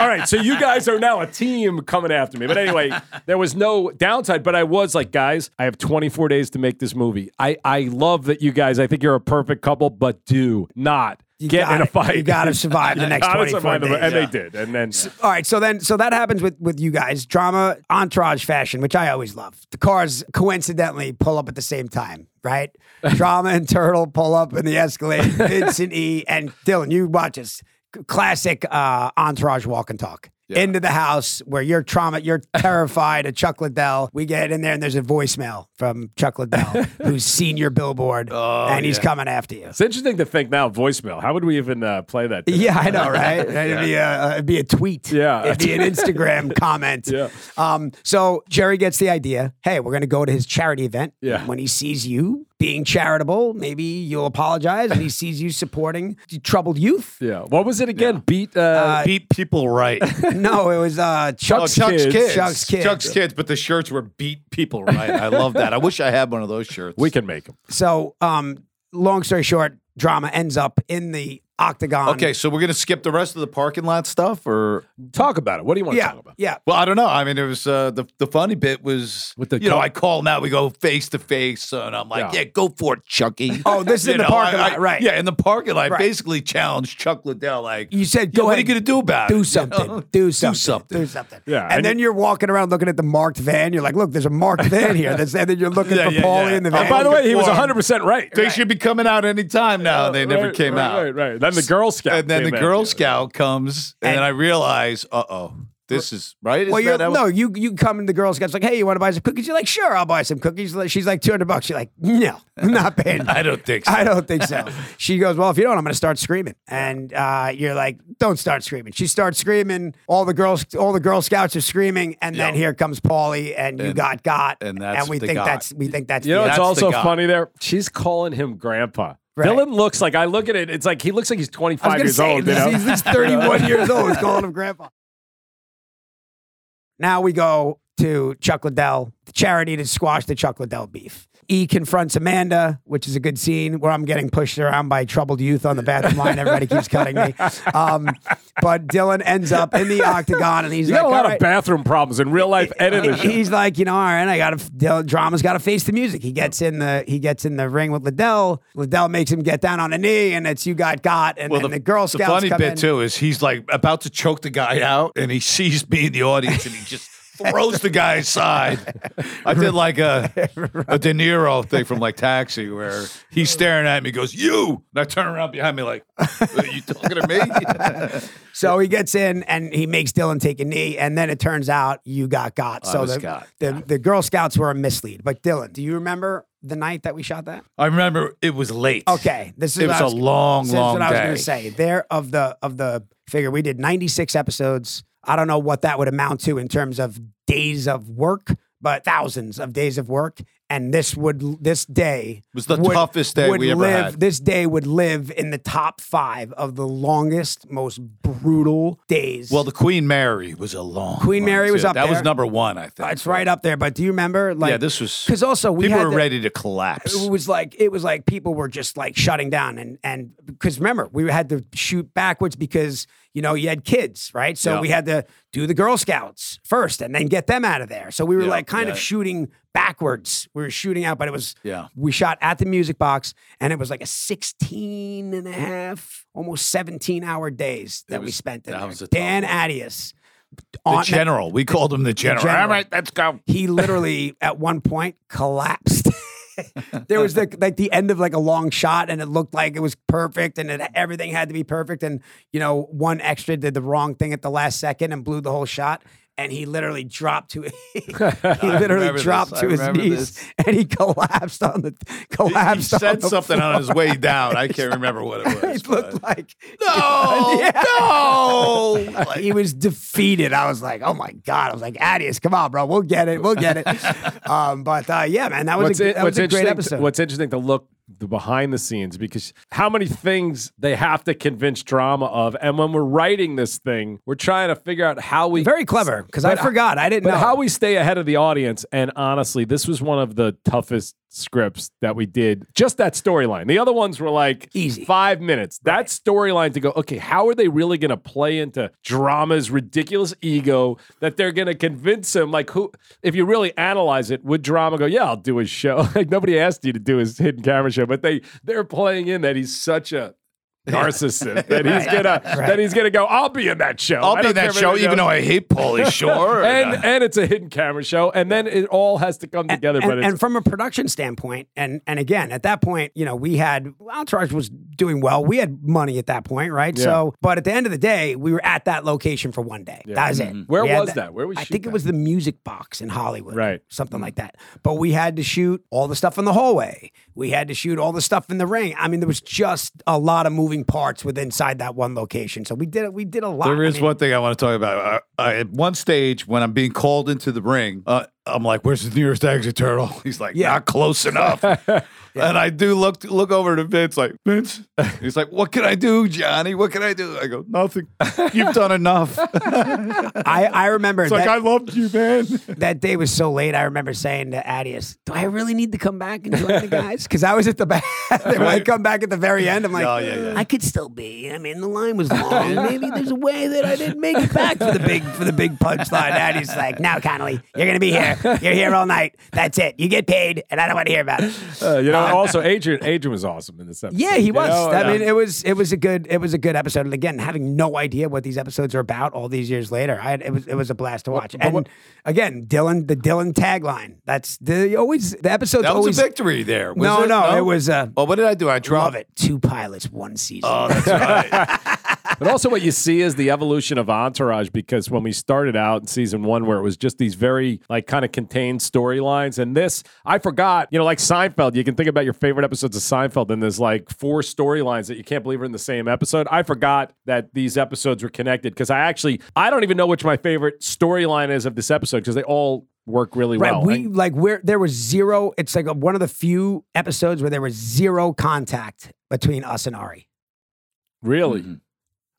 [SPEAKER 5] all right, so you guys are now a team coming after me. But anyway, there was no downside, but I was like, guys, I have 24 days to make this movie. I, I love that you guys, I think you're a perfect couple, but do not
[SPEAKER 3] You
[SPEAKER 5] get in
[SPEAKER 3] gotta-
[SPEAKER 5] a fight.
[SPEAKER 3] You got to survive the
[SPEAKER 5] You
[SPEAKER 3] next
[SPEAKER 5] gotta
[SPEAKER 3] 24
[SPEAKER 5] survive the-
[SPEAKER 3] days.
[SPEAKER 5] And they did. And then
[SPEAKER 3] All right, so then so that happens with with you guys drama entourage fashion, which I always love. The cars coincidentally pull up at the same time, right? drama and Turtle pull up in the Escalade. Vincent E and Dylan, you watch this c- classic uh, entourage walk and talk. Into the house where you're trauma, you're terrified of Chuck Liddell. We get in there and there's a voicemail from Chuck Liddell, who's seen your billboard, and he's coming after you.
[SPEAKER 5] it's interesting to think now, voicemail. How would we even uh, play that? today?
[SPEAKER 3] Yeah, I know, right? It'd, be a, uh, it'd be a tweet.
[SPEAKER 5] Yeah.
[SPEAKER 3] It'd be an Instagram comment.
[SPEAKER 5] Yeah.
[SPEAKER 3] Um, so Jerry gets the idea hey, we're going to go to his charity event.
[SPEAKER 5] Yeah.
[SPEAKER 3] When he sees you being charitable, maybe you'll apologize. And he sees you supporting the troubled youth.
[SPEAKER 5] Yeah. What was it again? Beat. Uh,
[SPEAKER 6] beat people right.
[SPEAKER 3] No, it was uh,
[SPEAKER 6] Oh,
[SPEAKER 3] Chuck's,
[SPEAKER 6] Chuck's kids.
[SPEAKER 3] Chuck's kids.
[SPEAKER 6] Chuck's kids, but the shirts were beat people right. I love that. I wish I had one of those shirts.
[SPEAKER 5] we can make them.
[SPEAKER 3] So, um, long story short, drama ends up in the octagon.
[SPEAKER 6] Okay, so we're gonna skip the rest of the parking lot stuff, or
[SPEAKER 5] Talk about it. What do you want to
[SPEAKER 3] Yeah.
[SPEAKER 5] talk about?
[SPEAKER 3] Yeah.
[SPEAKER 6] well, I don't know. I mean, it was uh, the the funny bit was
[SPEAKER 5] With the
[SPEAKER 6] you know
[SPEAKER 5] co-
[SPEAKER 6] I call now we go face to face, and I'm like,
[SPEAKER 5] Yeah.
[SPEAKER 6] yeah, go for it, Chucky.
[SPEAKER 3] Oh, this is
[SPEAKER 6] You
[SPEAKER 3] in the
[SPEAKER 6] know,
[SPEAKER 3] parking
[SPEAKER 6] I- I-
[SPEAKER 3] lot, right.
[SPEAKER 6] Yeah, in the parking lot, I
[SPEAKER 3] Right.
[SPEAKER 6] basically challenged Chuck Liddell. Like
[SPEAKER 3] You said,
[SPEAKER 6] "Yeah,
[SPEAKER 3] go
[SPEAKER 6] what
[SPEAKER 3] ahead
[SPEAKER 6] are you gonna do about it?
[SPEAKER 3] do
[SPEAKER 6] You
[SPEAKER 3] something,
[SPEAKER 6] know?
[SPEAKER 3] do something.
[SPEAKER 6] something.
[SPEAKER 3] Do something.
[SPEAKER 5] Yeah,
[SPEAKER 3] And,
[SPEAKER 5] and
[SPEAKER 3] then you're walking around looking at the marked van. You're like, look, there's a marked van here. That's, and then you're looking
[SPEAKER 6] Yeah,
[SPEAKER 3] for
[SPEAKER 6] yeah,
[SPEAKER 3] Paulie
[SPEAKER 6] yeah.
[SPEAKER 3] in the
[SPEAKER 6] Oh,
[SPEAKER 3] van.
[SPEAKER 5] And by the way, he was
[SPEAKER 6] Or-
[SPEAKER 5] 100% right.
[SPEAKER 6] They should be coming out any time now, and they never
[SPEAKER 5] Right,
[SPEAKER 6] came
[SPEAKER 5] right,
[SPEAKER 6] out.
[SPEAKER 5] Right, right. Then the Girl Scout.
[SPEAKER 6] And then
[SPEAKER 5] came
[SPEAKER 6] the
[SPEAKER 5] back.
[SPEAKER 6] Girl
[SPEAKER 5] Yeah.
[SPEAKER 6] Scout comes, and, then I realize, uh oh, this is right. Is
[SPEAKER 3] well, you're,
[SPEAKER 6] that how-
[SPEAKER 3] no, you you come and the girls gets like, hey, you want to buy some cookies? You're like, sure, I'll buy some cookies. She's like, two hundred bucks. You're like, no, I'm not paying.
[SPEAKER 6] I don't think so.
[SPEAKER 3] I don't think so. she goes, well, if you don't, I'm going to start screaming. And uh, you're like, don't start screaming. She starts screaming. All the girls, all the Girl Scouts are screaming, and then
[SPEAKER 6] Yeah.
[SPEAKER 3] here comes Paulie, and you
[SPEAKER 6] And-
[SPEAKER 3] got got,
[SPEAKER 6] and that's
[SPEAKER 3] and we
[SPEAKER 6] the
[SPEAKER 3] think
[SPEAKER 6] got.
[SPEAKER 3] that's we think that's
[SPEAKER 5] You know,
[SPEAKER 3] the
[SPEAKER 5] it's
[SPEAKER 6] That's the
[SPEAKER 5] also
[SPEAKER 6] guy.
[SPEAKER 5] funny there. She's calling him grandpa.
[SPEAKER 3] Right.
[SPEAKER 5] Dylan looks like I look at it. It's like he looks like he's
[SPEAKER 3] I was
[SPEAKER 5] 25
[SPEAKER 3] gonna
[SPEAKER 5] years
[SPEAKER 3] say,
[SPEAKER 5] old. You
[SPEAKER 3] he's-
[SPEAKER 5] know?
[SPEAKER 3] He's, he's 31 years old. He's calling him grandpa. Now we go to Chuck Liddell, the charity to squash the Chuck Liddell beef. E confronts Amanda, which is a good scene where I'm getting pushed around by troubled youth on the bathroom line. Everybody keeps cutting me. Um, but Dylan ends up in the octagon and he's
[SPEAKER 5] You
[SPEAKER 3] like,
[SPEAKER 5] got a
[SPEAKER 3] "All
[SPEAKER 5] lot
[SPEAKER 3] right."
[SPEAKER 5] of bathroom problems in real life and in the show.
[SPEAKER 3] He's like, you know, all right, I got to drama's got to face the music. He gets in the he gets in the ring with Liddell. Liddell makes him get down on a knee, and it's you got got, and, and the, Girl Scouts
[SPEAKER 6] The funny
[SPEAKER 3] come
[SPEAKER 6] bit
[SPEAKER 3] in.
[SPEAKER 6] too is he's like about to choke the guy out, and he sees me in the audience, and he just throws the guy aside. I did like a a De Niro thing from like Taxi, where he's staring at me, goes you, and I turn around behind me like, are you talking to me?
[SPEAKER 3] So he gets in and he makes Dylan take a knee, and then it turns out you got got. So
[SPEAKER 6] was
[SPEAKER 3] the,
[SPEAKER 6] got,
[SPEAKER 3] the the Girl Scouts were a mislead. But Dylan, do you remember the night that we shot that?
[SPEAKER 6] I remember it was late.
[SPEAKER 3] Okay, this is
[SPEAKER 6] It
[SPEAKER 3] what
[SPEAKER 6] was
[SPEAKER 3] I
[SPEAKER 6] a long,
[SPEAKER 3] this is
[SPEAKER 6] long
[SPEAKER 3] what I was going
[SPEAKER 6] day.
[SPEAKER 3] to say. There of the of the figure, we did 96 episodes. I don't know what that would amount to in terms of days of work, but thousands of days of work. And this would this day
[SPEAKER 6] Was the
[SPEAKER 3] would-
[SPEAKER 6] toughest day
[SPEAKER 3] would
[SPEAKER 6] we ever
[SPEAKER 3] live,
[SPEAKER 6] had.
[SPEAKER 3] This day would live in the top five of the longest, most brutal days.
[SPEAKER 6] Well, the Queen Mary was a long.
[SPEAKER 3] Queen
[SPEAKER 6] one,
[SPEAKER 3] Mary was
[SPEAKER 6] too.
[SPEAKER 3] up
[SPEAKER 6] That
[SPEAKER 3] there.
[SPEAKER 6] was number one, I think.
[SPEAKER 3] it's right up there. But do you remember? Like,
[SPEAKER 6] yeah, this was
[SPEAKER 3] because also we
[SPEAKER 6] people
[SPEAKER 3] had
[SPEAKER 6] were
[SPEAKER 3] the-
[SPEAKER 6] ready to collapse.
[SPEAKER 3] it was like it was like people were just like shutting down and and because remember we had to shoot backwards because you know you had kids right so
[SPEAKER 6] Yeah.
[SPEAKER 3] we had to do the girl scouts first and then get them out of there so we were
[SPEAKER 6] Yeah,
[SPEAKER 3] like kind of
[SPEAKER 6] yeah.
[SPEAKER 3] shooting backwards we were shooting out but it was
[SPEAKER 6] Yeah.
[SPEAKER 3] we shot at the music box and it was like a 16 and a half almost 17 hour days that we
[SPEAKER 6] was-
[SPEAKER 3] spent in
[SPEAKER 6] that
[SPEAKER 3] there.
[SPEAKER 6] was a tough
[SPEAKER 3] dan Adius,
[SPEAKER 6] the
[SPEAKER 3] on-
[SPEAKER 6] general, we called him the general.
[SPEAKER 3] general.
[SPEAKER 6] All right, let's go.
[SPEAKER 3] he literally at one point collapsed. there was the, like the end of like a long shot, and it looked like it was perfect, and it, everything had to be perfect. And you know, one extra did the wrong thing at the last second and blew the whole shot. And he literally dropped to he literally
[SPEAKER 6] remember
[SPEAKER 3] dropped
[SPEAKER 6] this. I
[SPEAKER 3] to his
[SPEAKER 6] remember
[SPEAKER 3] knees
[SPEAKER 6] this.
[SPEAKER 3] and he collapsed on the
[SPEAKER 6] He- He
[SPEAKER 3] collapsed. on
[SPEAKER 6] said
[SPEAKER 3] the
[SPEAKER 6] something
[SPEAKER 3] floor.
[SPEAKER 6] on his way down. I can't remember what it was.
[SPEAKER 3] It looked
[SPEAKER 6] but-
[SPEAKER 3] like
[SPEAKER 6] no,
[SPEAKER 3] Yeah.
[SPEAKER 6] no. Like,
[SPEAKER 3] he was defeated. I was like, oh my god. I was like, Adius, come on, bro. We'll get it. We'll get it. um, but uh, yeah, man, that was
[SPEAKER 5] what's,
[SPEAKER 3] a,
[SPEAKER 5] in-
[SPEAKER 3] that
[SPEAKER 5] what's
[SPEAKER 3] was a
[SPEAKER 5] interesting
[SPEAKER 3] great episode.
[SPEAKER 5] what's interesting to look the behind the scenes because how many things they have to convince drama of and when we're writing this thing we're trying to figure out how we
[SPEAKER 3] Very clever, because I
[SPEAKER 5] But-
[SPEAKER 3] forgot. I didn't
[SPEAKER 5] but
[SPEAKER 3] know.
[SPEAKER 5] how we stay ahead of the audience and honestly this was one of the toughest scripts that we did just that storyline the other ones were like
[SPEAKER 3] Easy.
[SPEAKER 5] five minutes that storyline to go okay how are they really going to play into drama's ridiculous ego that they're going to convince him like who if you really analyze it would drama go yeah i'll do his show like nobody asked you to do his hidden camera show but they they're playing in that he's such a narcissist that he's gonna that he's gonna go i'll be in that show
[SPEAKER 6] I'll
[SPEAKER 5] I
[SPEAKER 6] be
[SPEAKER 5] don't
[SPEAKER 6] in
[SPEAKER 5] care
[SPEAKER 6] that
[SPEAKER 5] if
[SPEAKER 6] show,
[SPEAKER 5] anybody
[SPEAKER 6] even
[SPEAKER 5] knows."
[SPEAKER 6] though I hate Paulie Shore.
[SPEAKER 5] and and it's a hidden camera show, and then it all has to come together.
[SPEAKER 3] and,
[SPEAKER 5] but it's,
[SPEAKER 3] and from a production standpoint, and and again, at that point, you know, we had Entourage was doing well. We had money at that point, right? So, but at the end of the day, we were at that location for one day. That was it.
[SPEAKER 5] Mm-hmm. Where
[SPEAKER 3] We had
[SPEAKER 5] was that? Where was
[SPEAKER 3] I
[SPEAKER 5] shoot
[SPEAKER 3] think
[SPEAKER 5] that?
[SPEAKER 3] it was the Music Box in Hollywood,
[SPEAKER 5] Right. Mm-hmm.
[SPEAKER 3] Something like that. But we had to shoot all the stuff in the hallway. We had to shoot all the stuff in the ring. I mean, there was just a lot of moving parts with inside that one location. So we did it. We did a lot.
[SPEAKER 6] There
[SPEAKER 3] I
[SPEAKER 6] is
[SPEAKER 3] mean,
[SPEAKER 6] one thing I want to talk about. I, I, at one stage, when I'm being called into the ring, uh, I'm like, "Where's the nearest exit turtle?" He's like,
[SPEAKER 3] Yeah.
[SPEAKER 6] "Not close enough." And I do look look over to Vince, like Vince. He's like, "What can I do, Johnny? What can I do?" I go, "Nothing. You've done enough." It's
[SPEAKER 3] I I remember
[SPEAKER 6] like
[SPEAKER 3] that-
[SPEAKER 6] I loved you, man.
[SPEAKER 3] that day was so late. I remember saying to Adius, "Do I really need to come back and join the guys?" Because I was at the back. when I come back at the very end, I'm like,
[SPEAKER 6] Oh, yeah, yeah.
[SPEAKER 3] "I could still be." I mean, the line was long. Maybe there's a way that I didn't make it back for the big for the big punchline. Adius is like, "No, Connolly, you're gonna be here. You're here all night. That's it. You get paid, and I don't want to hear about it."
[SPEAKER 5] uh, you know, also Adrian Adrian was awesome in this episode.
[SPEAKER 3] Yeah, he
[SPEAKER 5] you
[SPEAKER 3] was.
[SPEAKER 5] know?
[SPEAKER 3] I
[SPEAKER 5] Yeah.
[SPEAKER 3] mean, it was it was a good it was a good episode. And again, having no idea what these episodes are about all these years later, I it was it was a blast to watch. and again, Dylan the Dylan tagline. That's the always the episodes
[SPEAKER 6] That was
[SPEAKER 3] always
[SPEAKER 6] a victory there. was
[SPEAKER 3] no,
[SPEAKER 6] it?
[SPEAKER 3] no, it was uh
[SPEAKER 6] Well, what did I do? I dropped
[SPEAKER 3] love it. Two pilots, one season.
[SPEAKER 6] Oh, that's right.
[SPEAKER 5] But also, what you see is the evolution of Entourage because when we started out in season one, where it was just these very, like, kind of contained storylines, and this, I forgot, you know, like Seinfeld, you can think about your favorite episodes of Seinfeld, and there's like four storylines that you can't believe are in the same episode. I forgot that these episodes were connected because I actually, I don't even know which my favorite storyline is of this episode because they all work really
[SPEAKER 3] Right,
[SPEAKER 5] well.
[SPEAKER 3] we
[SPEAKER 5] And-
[SPEAKER 3] like where there was zero. It's like a, one of the few episodes where there was zero contact between us and Ari.
[SPEAKER 6] Mm-hmm.
[SPEAKER 5] really?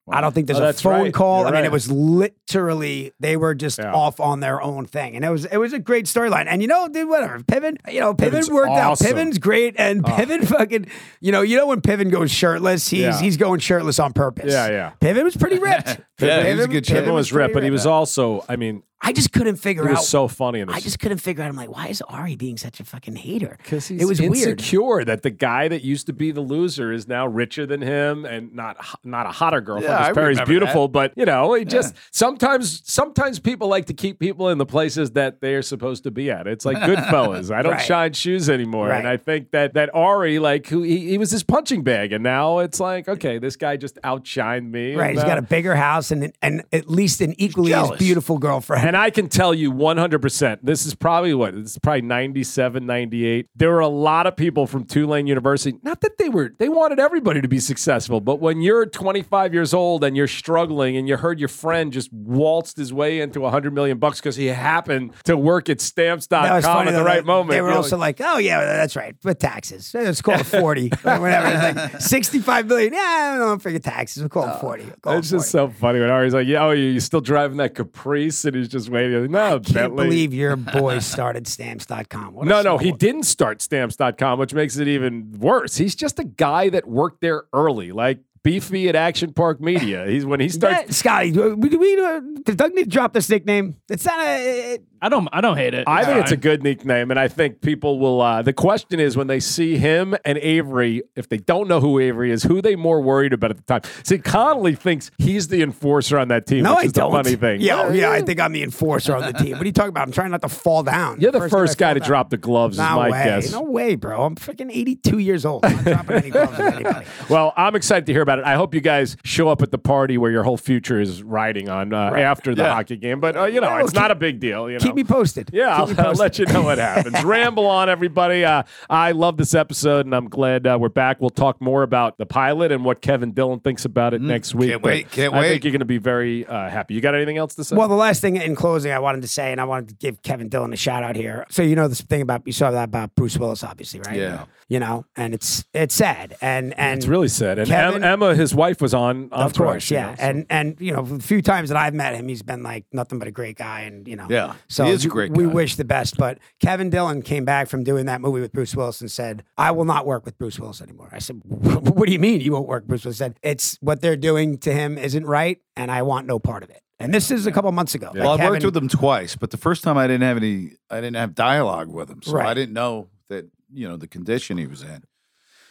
[SPEAKER 3] I don't think there's
[SPEAKER 5] Oh,
[SPEAKER 3] a
[SPEAKER 5] that's
[SPEAKER 3] phone
[SPEAKER 5] right.
[SPEAKER 3] call.
[SPEAKER 5] You're
[SPEAKER 3] I mean,
[SPEAKER 5] right.
[SPEAKER 3] it was literally they were just
[SPEAKER 5] Yeah.
[SPEAKER 3] off on their own thing, and it was it was a great storyline. And you know, dude, whatever Piven, you know, Piven
[SPEAKER 5] Piven's
[SPEAKER 3] worked
[SPEAKER 5] awesome. Ah.
[SPEAKER 3] out. Piven's great, and Piven fucking, you know, you know when Piven goes shirtless, he's
[SPEAKER 5] Yeah.
[SPEAKER 3] he's going shirtless on purpose.
[SPEAKER 5] Yeah, yeah.
[SPEAKER 3] Piven was pretty ripped.
[SPEAKER 6] Yeah, he was a good
[SPEAKER 3] Piven
[SPEAKER 6] shot.
[SPEAKER 5] Piven was ripped, but he was also, I mean,
[SPEAKER 3] I just couldn't figure
[SPEAKER 5] he
[SPEAKER 3] out.
[SPEAKER 5] was so funny in this.
[SPEAKER 3] I just couldn't figure out. I'm like, why is Ari being such a fucking hater?
[SPEAKER 5] Because he's
[SPEAKER 3] it was weird.
[SPEAKER 5] insecure that the guy that used to be the loser is now richer than him and not h- not a hotter girlfriend.
[SPEAKER 6] Yeah,
[SPEAKER 5] Yeah,
[SPEAKER 6] I
[SPEAKER 5] Perry's
[SPEAKER 6] remember
[SPEAKER 5] beautiful, but you know, it just sometimes sometimes people like to keep people in the places that they're supposed to be at. It's like Goodfellas. I don't
[SPEAKER 3] Right.
[SPEAKER 5] shine shoes anymore, and
[SPEAKER 3] Right.
[SPEAKER 5] I think that that Ari like who he, he was his punching bag, and now it's like okay, this guy just outshined me.
[SPEAKER 3] Right,
[SPEAKER 5] and,
[SPEAKER 3] he's
[SPEAKER 5] uh,
[SPEAKER 3] got a bigger house and and at least an equally as
[SPEAKER 6] Jealous.
[SPEAKER 3] beautiful girlfriend.
[SPEAKER 5] And I can tell you 100%, this is probably what? This is probably 97, 98. There were a lot of people from Tulane University. Not that they were, they wanted everybody to be successful, but when you're 25 years old and you're struggling and you heard your friend just waltzed his way into 100 million bucks because he happened to work at
[SPEAKER 3] That was
[SPEAKER 5] stamps.com
[SPEAKER 3] funny
[SPEAKER 5] at the
[SPEAKER 3] though,
[SPEAKER 5] right
[SPEAKER 3] they,
[SPEAKER 5] moment.
[SPEAKER 3] They were
[SPEAKER 5] you're
[SPEAKER 3] also
[SPEAKER 5] like,
[SPEAKER 3] like, "Oh yeah, that's right, but taxes. It's called forty, or whatever. It's like sixty-five billion. Yeah, I don't figure taxes. We'll call it forty. We'll call it
[SPEAKER 5] Oh, it's just
[SPEAKER 3] 40.
[SPEAKER 5] so funny when Ari's like, "Yo, you you still driving that Caprice?" And he's just waiting. Like, no,
[SPEAKER 3] Can't
[SPEAKER 5] Bentley.
[SPEAKER 3] believe your boy started stamps.com. What a
[SPEAKER 5] No, no, he
[SPEAKER 3] snowball.
[SPEAKER 5] didn't start stamps.com, which makes it even worse. He's just a guy that worked there early, like Beefy at Action Park Media. He's when he starts.
[SPEAKER 3] That, Scotty, do we, do we uh, did Doug need to drop this nickname? It's not a. It,
[SPEAKER 1] I don't. I don't hate it.
[SPEAKER 5] I think it's a
[SPEAKER 1] fine.
[SPEAKER 5] good nickname, and I think people will. Uh, the question is when they see him and Avery, if they don't know who Avery is, who they more worried about at the time. See, Connolly thinks he's the enforcer on that team,
[SPEAKER 3] no, I
[SPEAKER 5] which is
[SPEAKER 3] don't.
[SPEAKER 5] the funny thing.
[SPEAKER 3] Yeah, oh, yeah, I think I'm the enforcer on the team. What are you talking about? I'm trying not to fall down.
[SPEAKER 5] You're the first,
[SPEAKER 3] time I
[SPEAKER 5] guy
[SPEAKER 3] fall
[SPEAKER 5] to
[SPEAKER 3] down.
[SPEAKER 5] drop the gloves,
[SPEAKER 3] No
[SPEAKER 5] is my
[SPEAKER 3] way.
[SPEAKER 5] guess.
[SPEAKER 3] No way, bro. I'm freaking 82 years old. I'm not dropping any gloves on anybody.
[SPEAKER 5] Well, I'm excited to hear about it. I hope you guys show up at the party where your whole future is riding on uh, after the
[SPEAKER 6] Yeah.
[SPEAKER 5] hockey game. But uh, you know,
[SPEAKER 3] Well,
[SPEAKER 5] it's
[SPEAKER 3] keep-
[SPEAKER 5] not a big deal. You know.
[SPEAKER 3] Keep me posted.
[SPEAKER 5] yeah,
[SPEAKER 3] Keep
[SPEAKER 5] I'll,
[SPEAKER 3] me
[SPEAKER 5] I'll
[SPEAKER 3] posted.
[SPEAKER 5] let you know what happens. Ramble on, everybody. Uh, I love this episode, and I'm glad uh, we're back. We'll talk more about the pilot and what Kevin Dillon thinks about
[SPEAKER 3] Mm-hmm.
[SPEAKER 5] it next week.
[SPEAKER 6] can't
[SPEAKER 5] but
[SPEAKER 6] wait, can't
[SPEAKER 5] I think
[SPEAKER 6] wait.
[SPEAKER 5] you're going to be very uh, happy. You got anything else to say?
[SPEAKER 3] Well, the last thing in closing I wanted to say, and I wanted to give Kevin Dillon a shout out here. So you know this thing about you saw that about Bruce Willis, obviously, right?
[SPEAKER 6] Yeah.
[SPEAKER 3] You know, and it's it's sad, and and
[SPEAKER 5] it's really sad. And
[SPEAKER 3] Kevin-
[SPEAKER 5] Em- Emma, his wife, was on.
[SPEAKER 3] of course,
[SPEAKER 5] you
[SPEAKER 3] yeah,
[SPEAKER 5] know, so-
[SPEAKER 3] and and you know, the few times that I've met him, he's been like nothing but a great guy, and you know,
[SPEAKER 6] Yeah.
[SPEAKER 3] So
[SPEAKER 6] He is a
[SPEAKER 3] you-
[SPEAKER 6] great
[SPEAKER 3] We
[SPEAKER 6] guy.
[SPEAKER 3] wish the best, but Kevin Dillon came back from doing that movie with Bruce Willis and said, "I will not work with Bruce Willis anymore." I said, "What do you mean you won't work?" Bruce Willis said, "It's what they're doing to him isn't right, and I want no part of it." And this is a couple months ago. Like,
[SPEAKER 6] Well, I
[SPEAKER 3] Kevin-
[SPEAKER 6] worked with him twice, but the first time I didn't have any, I didn't have dialogue with him, so I
[SPEAKER 3] Right.
[SPEAKER 6] didn't know that you know the condition he was in.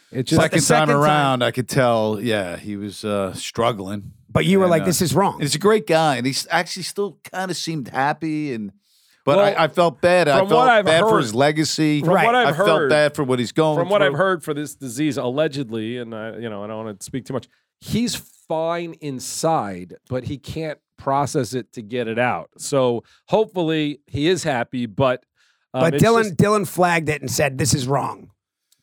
[SPEAKER 5] it's just
[SPEAKER 6] second,
[SPEAKER 3] second
[SPEAKER 6] time
[SPEAKER 3] time-
[SPEAKER 6] around, I could tell. Yeah, he was uh, struggling.
[SPEAKER 3] But you were
[SPEAKER 6] And,
[SPEAKER 3] like,
[SPEAKER 6] uh,
[SPEAKER 3] "This is wrong."
[SPEAKER 6] And he's a great guy, and he's actually still kind of seemed happy. And but
[SPEAKER 5] Well,
[SPEAKER 6] I, I felt bad. I
[SPEAKER 5] from
[SPEAKER 6] felt
[SPEAKER 5] what I've
[SPEAKER 6] bad for
[SPEAKER 5] heard-
[SPEAKER 6] his legacy.
[SPEAKER 5] from
[SPEAKER 3] Right.
[SPEAKER 5] what I've
[SPEAKER 6] I
[SPEAKER 5] heard,
[SPEAKER 6] felt bad for what he's going.
[SPEAKER 5] from what I've
[SPEAKER 6] through.
[SPEAKER 5] heard for this disease, allegedly, and I, you know, I don't want to speak too much. He's fine inside, but he can't process it to get it out. So hopefully, he is happy. But um,
[SPEAKER 3] but
[SPEAKER 5] it's
[SPEAKER 3] Dylan
[SPEAKER 5] just-
[SPEAKER 3] Dylan flagged it and said, "This is wrong.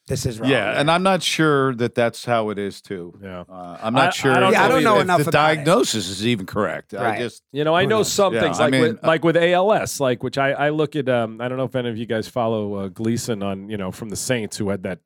[SPEAKER 3] This is wrong."
[SPEAKER 6] Yeah, and I'm not sure that that's how it is too.
[SPEAKER 5] Yeah.
[SPEAKER 6] uh, I'm
[SPEAKER 5] I- I
[SPEAKER 6] not sure.
[SPEAKER 5] don't
[SPEAKER 6] if-
[SPEAKER 5] Yeah, I don't
[SPEAKER 6] if
[SPEAKER 3] know enough
[SPEAKER 6] The
[SPEAKER 3] about it.
[SPEAKER 6] diagnosis is even correct. I
[SPEAKER 3] Right.
[SPEAKER 6] just
[SPEAKER 5] you know, I know
[SPEAKER 6] knows?
[SPEAKER 5] some
[SPEAKER 6] Yeah,
[SPEAKER 5] things
[SPEAKER 6] I
[SPEAKER 5] like
[SPEAKER 6] mean, uh
[SPEAKER 5] with, like with ALS, like which I, I look at. Um, I don't know if any of you guys follow uh, Gleason on you know from the Saints who had that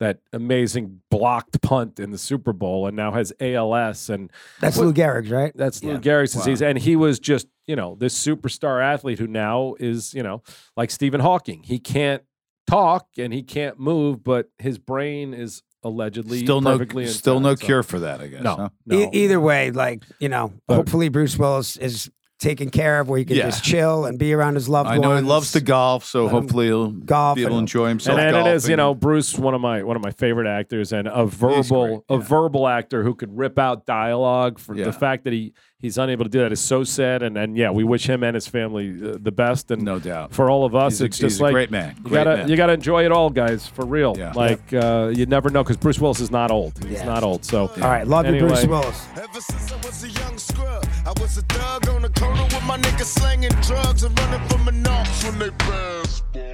[SPEAKER 5] that amazing blocked punt in the Super Bowl and now has ALS and
[SPEAKER 3] that's Lou Gehrig's, right?
[SPEAKER 5] That's Lou Gehrig's disease, and he was just you know this superstar athlete who now is you know like Stephen Hawking. He can't talk and he can't move, but his brain is allegedly
[SPEAKER 6] still no
[SPEAKER 5] perfectly intact,
[SPEAKER 6] still no
[SPEAKER 5] so-
[SPEAKER 6] cure for that. I guess.
[SPEAKER 5] No,
[SPEAKER 6] huh?
[SPEAKER 5] no.
[SPEAKER 3] E- either way, like you know,
[SPEAKER 5] But-
[SPEAKER 3] hopefully Bruce Willis is taken care of where he can
[SPEAKER 6] Yeah.
[SPEAKER 3] just chill and be around his loved
[SPEAKER 6] I know he
[SPEAKER 3] ones.
[SPEAKER 6] loves to golf, so
[SPEAKER 3] Let him
[SPEAKER 6] hopefully he'll
[SPEAKER 3] golf
[SPEAKER 6] He'll
[SPEAKER 3] and-
[SPEAKER 6] enjoy himself.
[SPEAKER 5] and, and it is you
[SPEAKER 6] golfing.
[SPEAKER 5] know Bruce, one of my one of my favorite actors, and a verbal a verbal actor who could rip out dialogue. For
[SPEAKER 6] Yeah.
[SPEAKER 5] the fact that he he's unable to do that is so sad, and and yeah, we wish him and his family uh, the best, and
[SPEAKER 6] No doubt.
[SPEAKER 5] for all of us,
[SPEAKER 6] He's a-
[SPEAKER 5] it's just
[SPEAKER 6] he's a
[SPEAKER 5] like
[SPEAKER 6] great man.
[SPEAKER 5] You
[SPEAKER 6] Great
[SPEAKER 5] gotta
[SPEAKER 6] man.
[SPEAKER 5] you gotta enjoy it all, guys, for real.
[SPEAKER 6] Yeah.
[SPEAKER 5] Like uh, you never know because Bruce Willis is not old. He's
[SPEAKER 3] Yeah.
[SPEAKER 5] not old, so
[SPEAKER 3] All right, love you, Bruce
[SPEAKER 5] Anyway.
[SPEAKER 3] Willis.
[SPEAKER 4] Ever since I was a young scrub, I was a thug on the corner with my niggas slanging drugs and running from an ox when they passed by.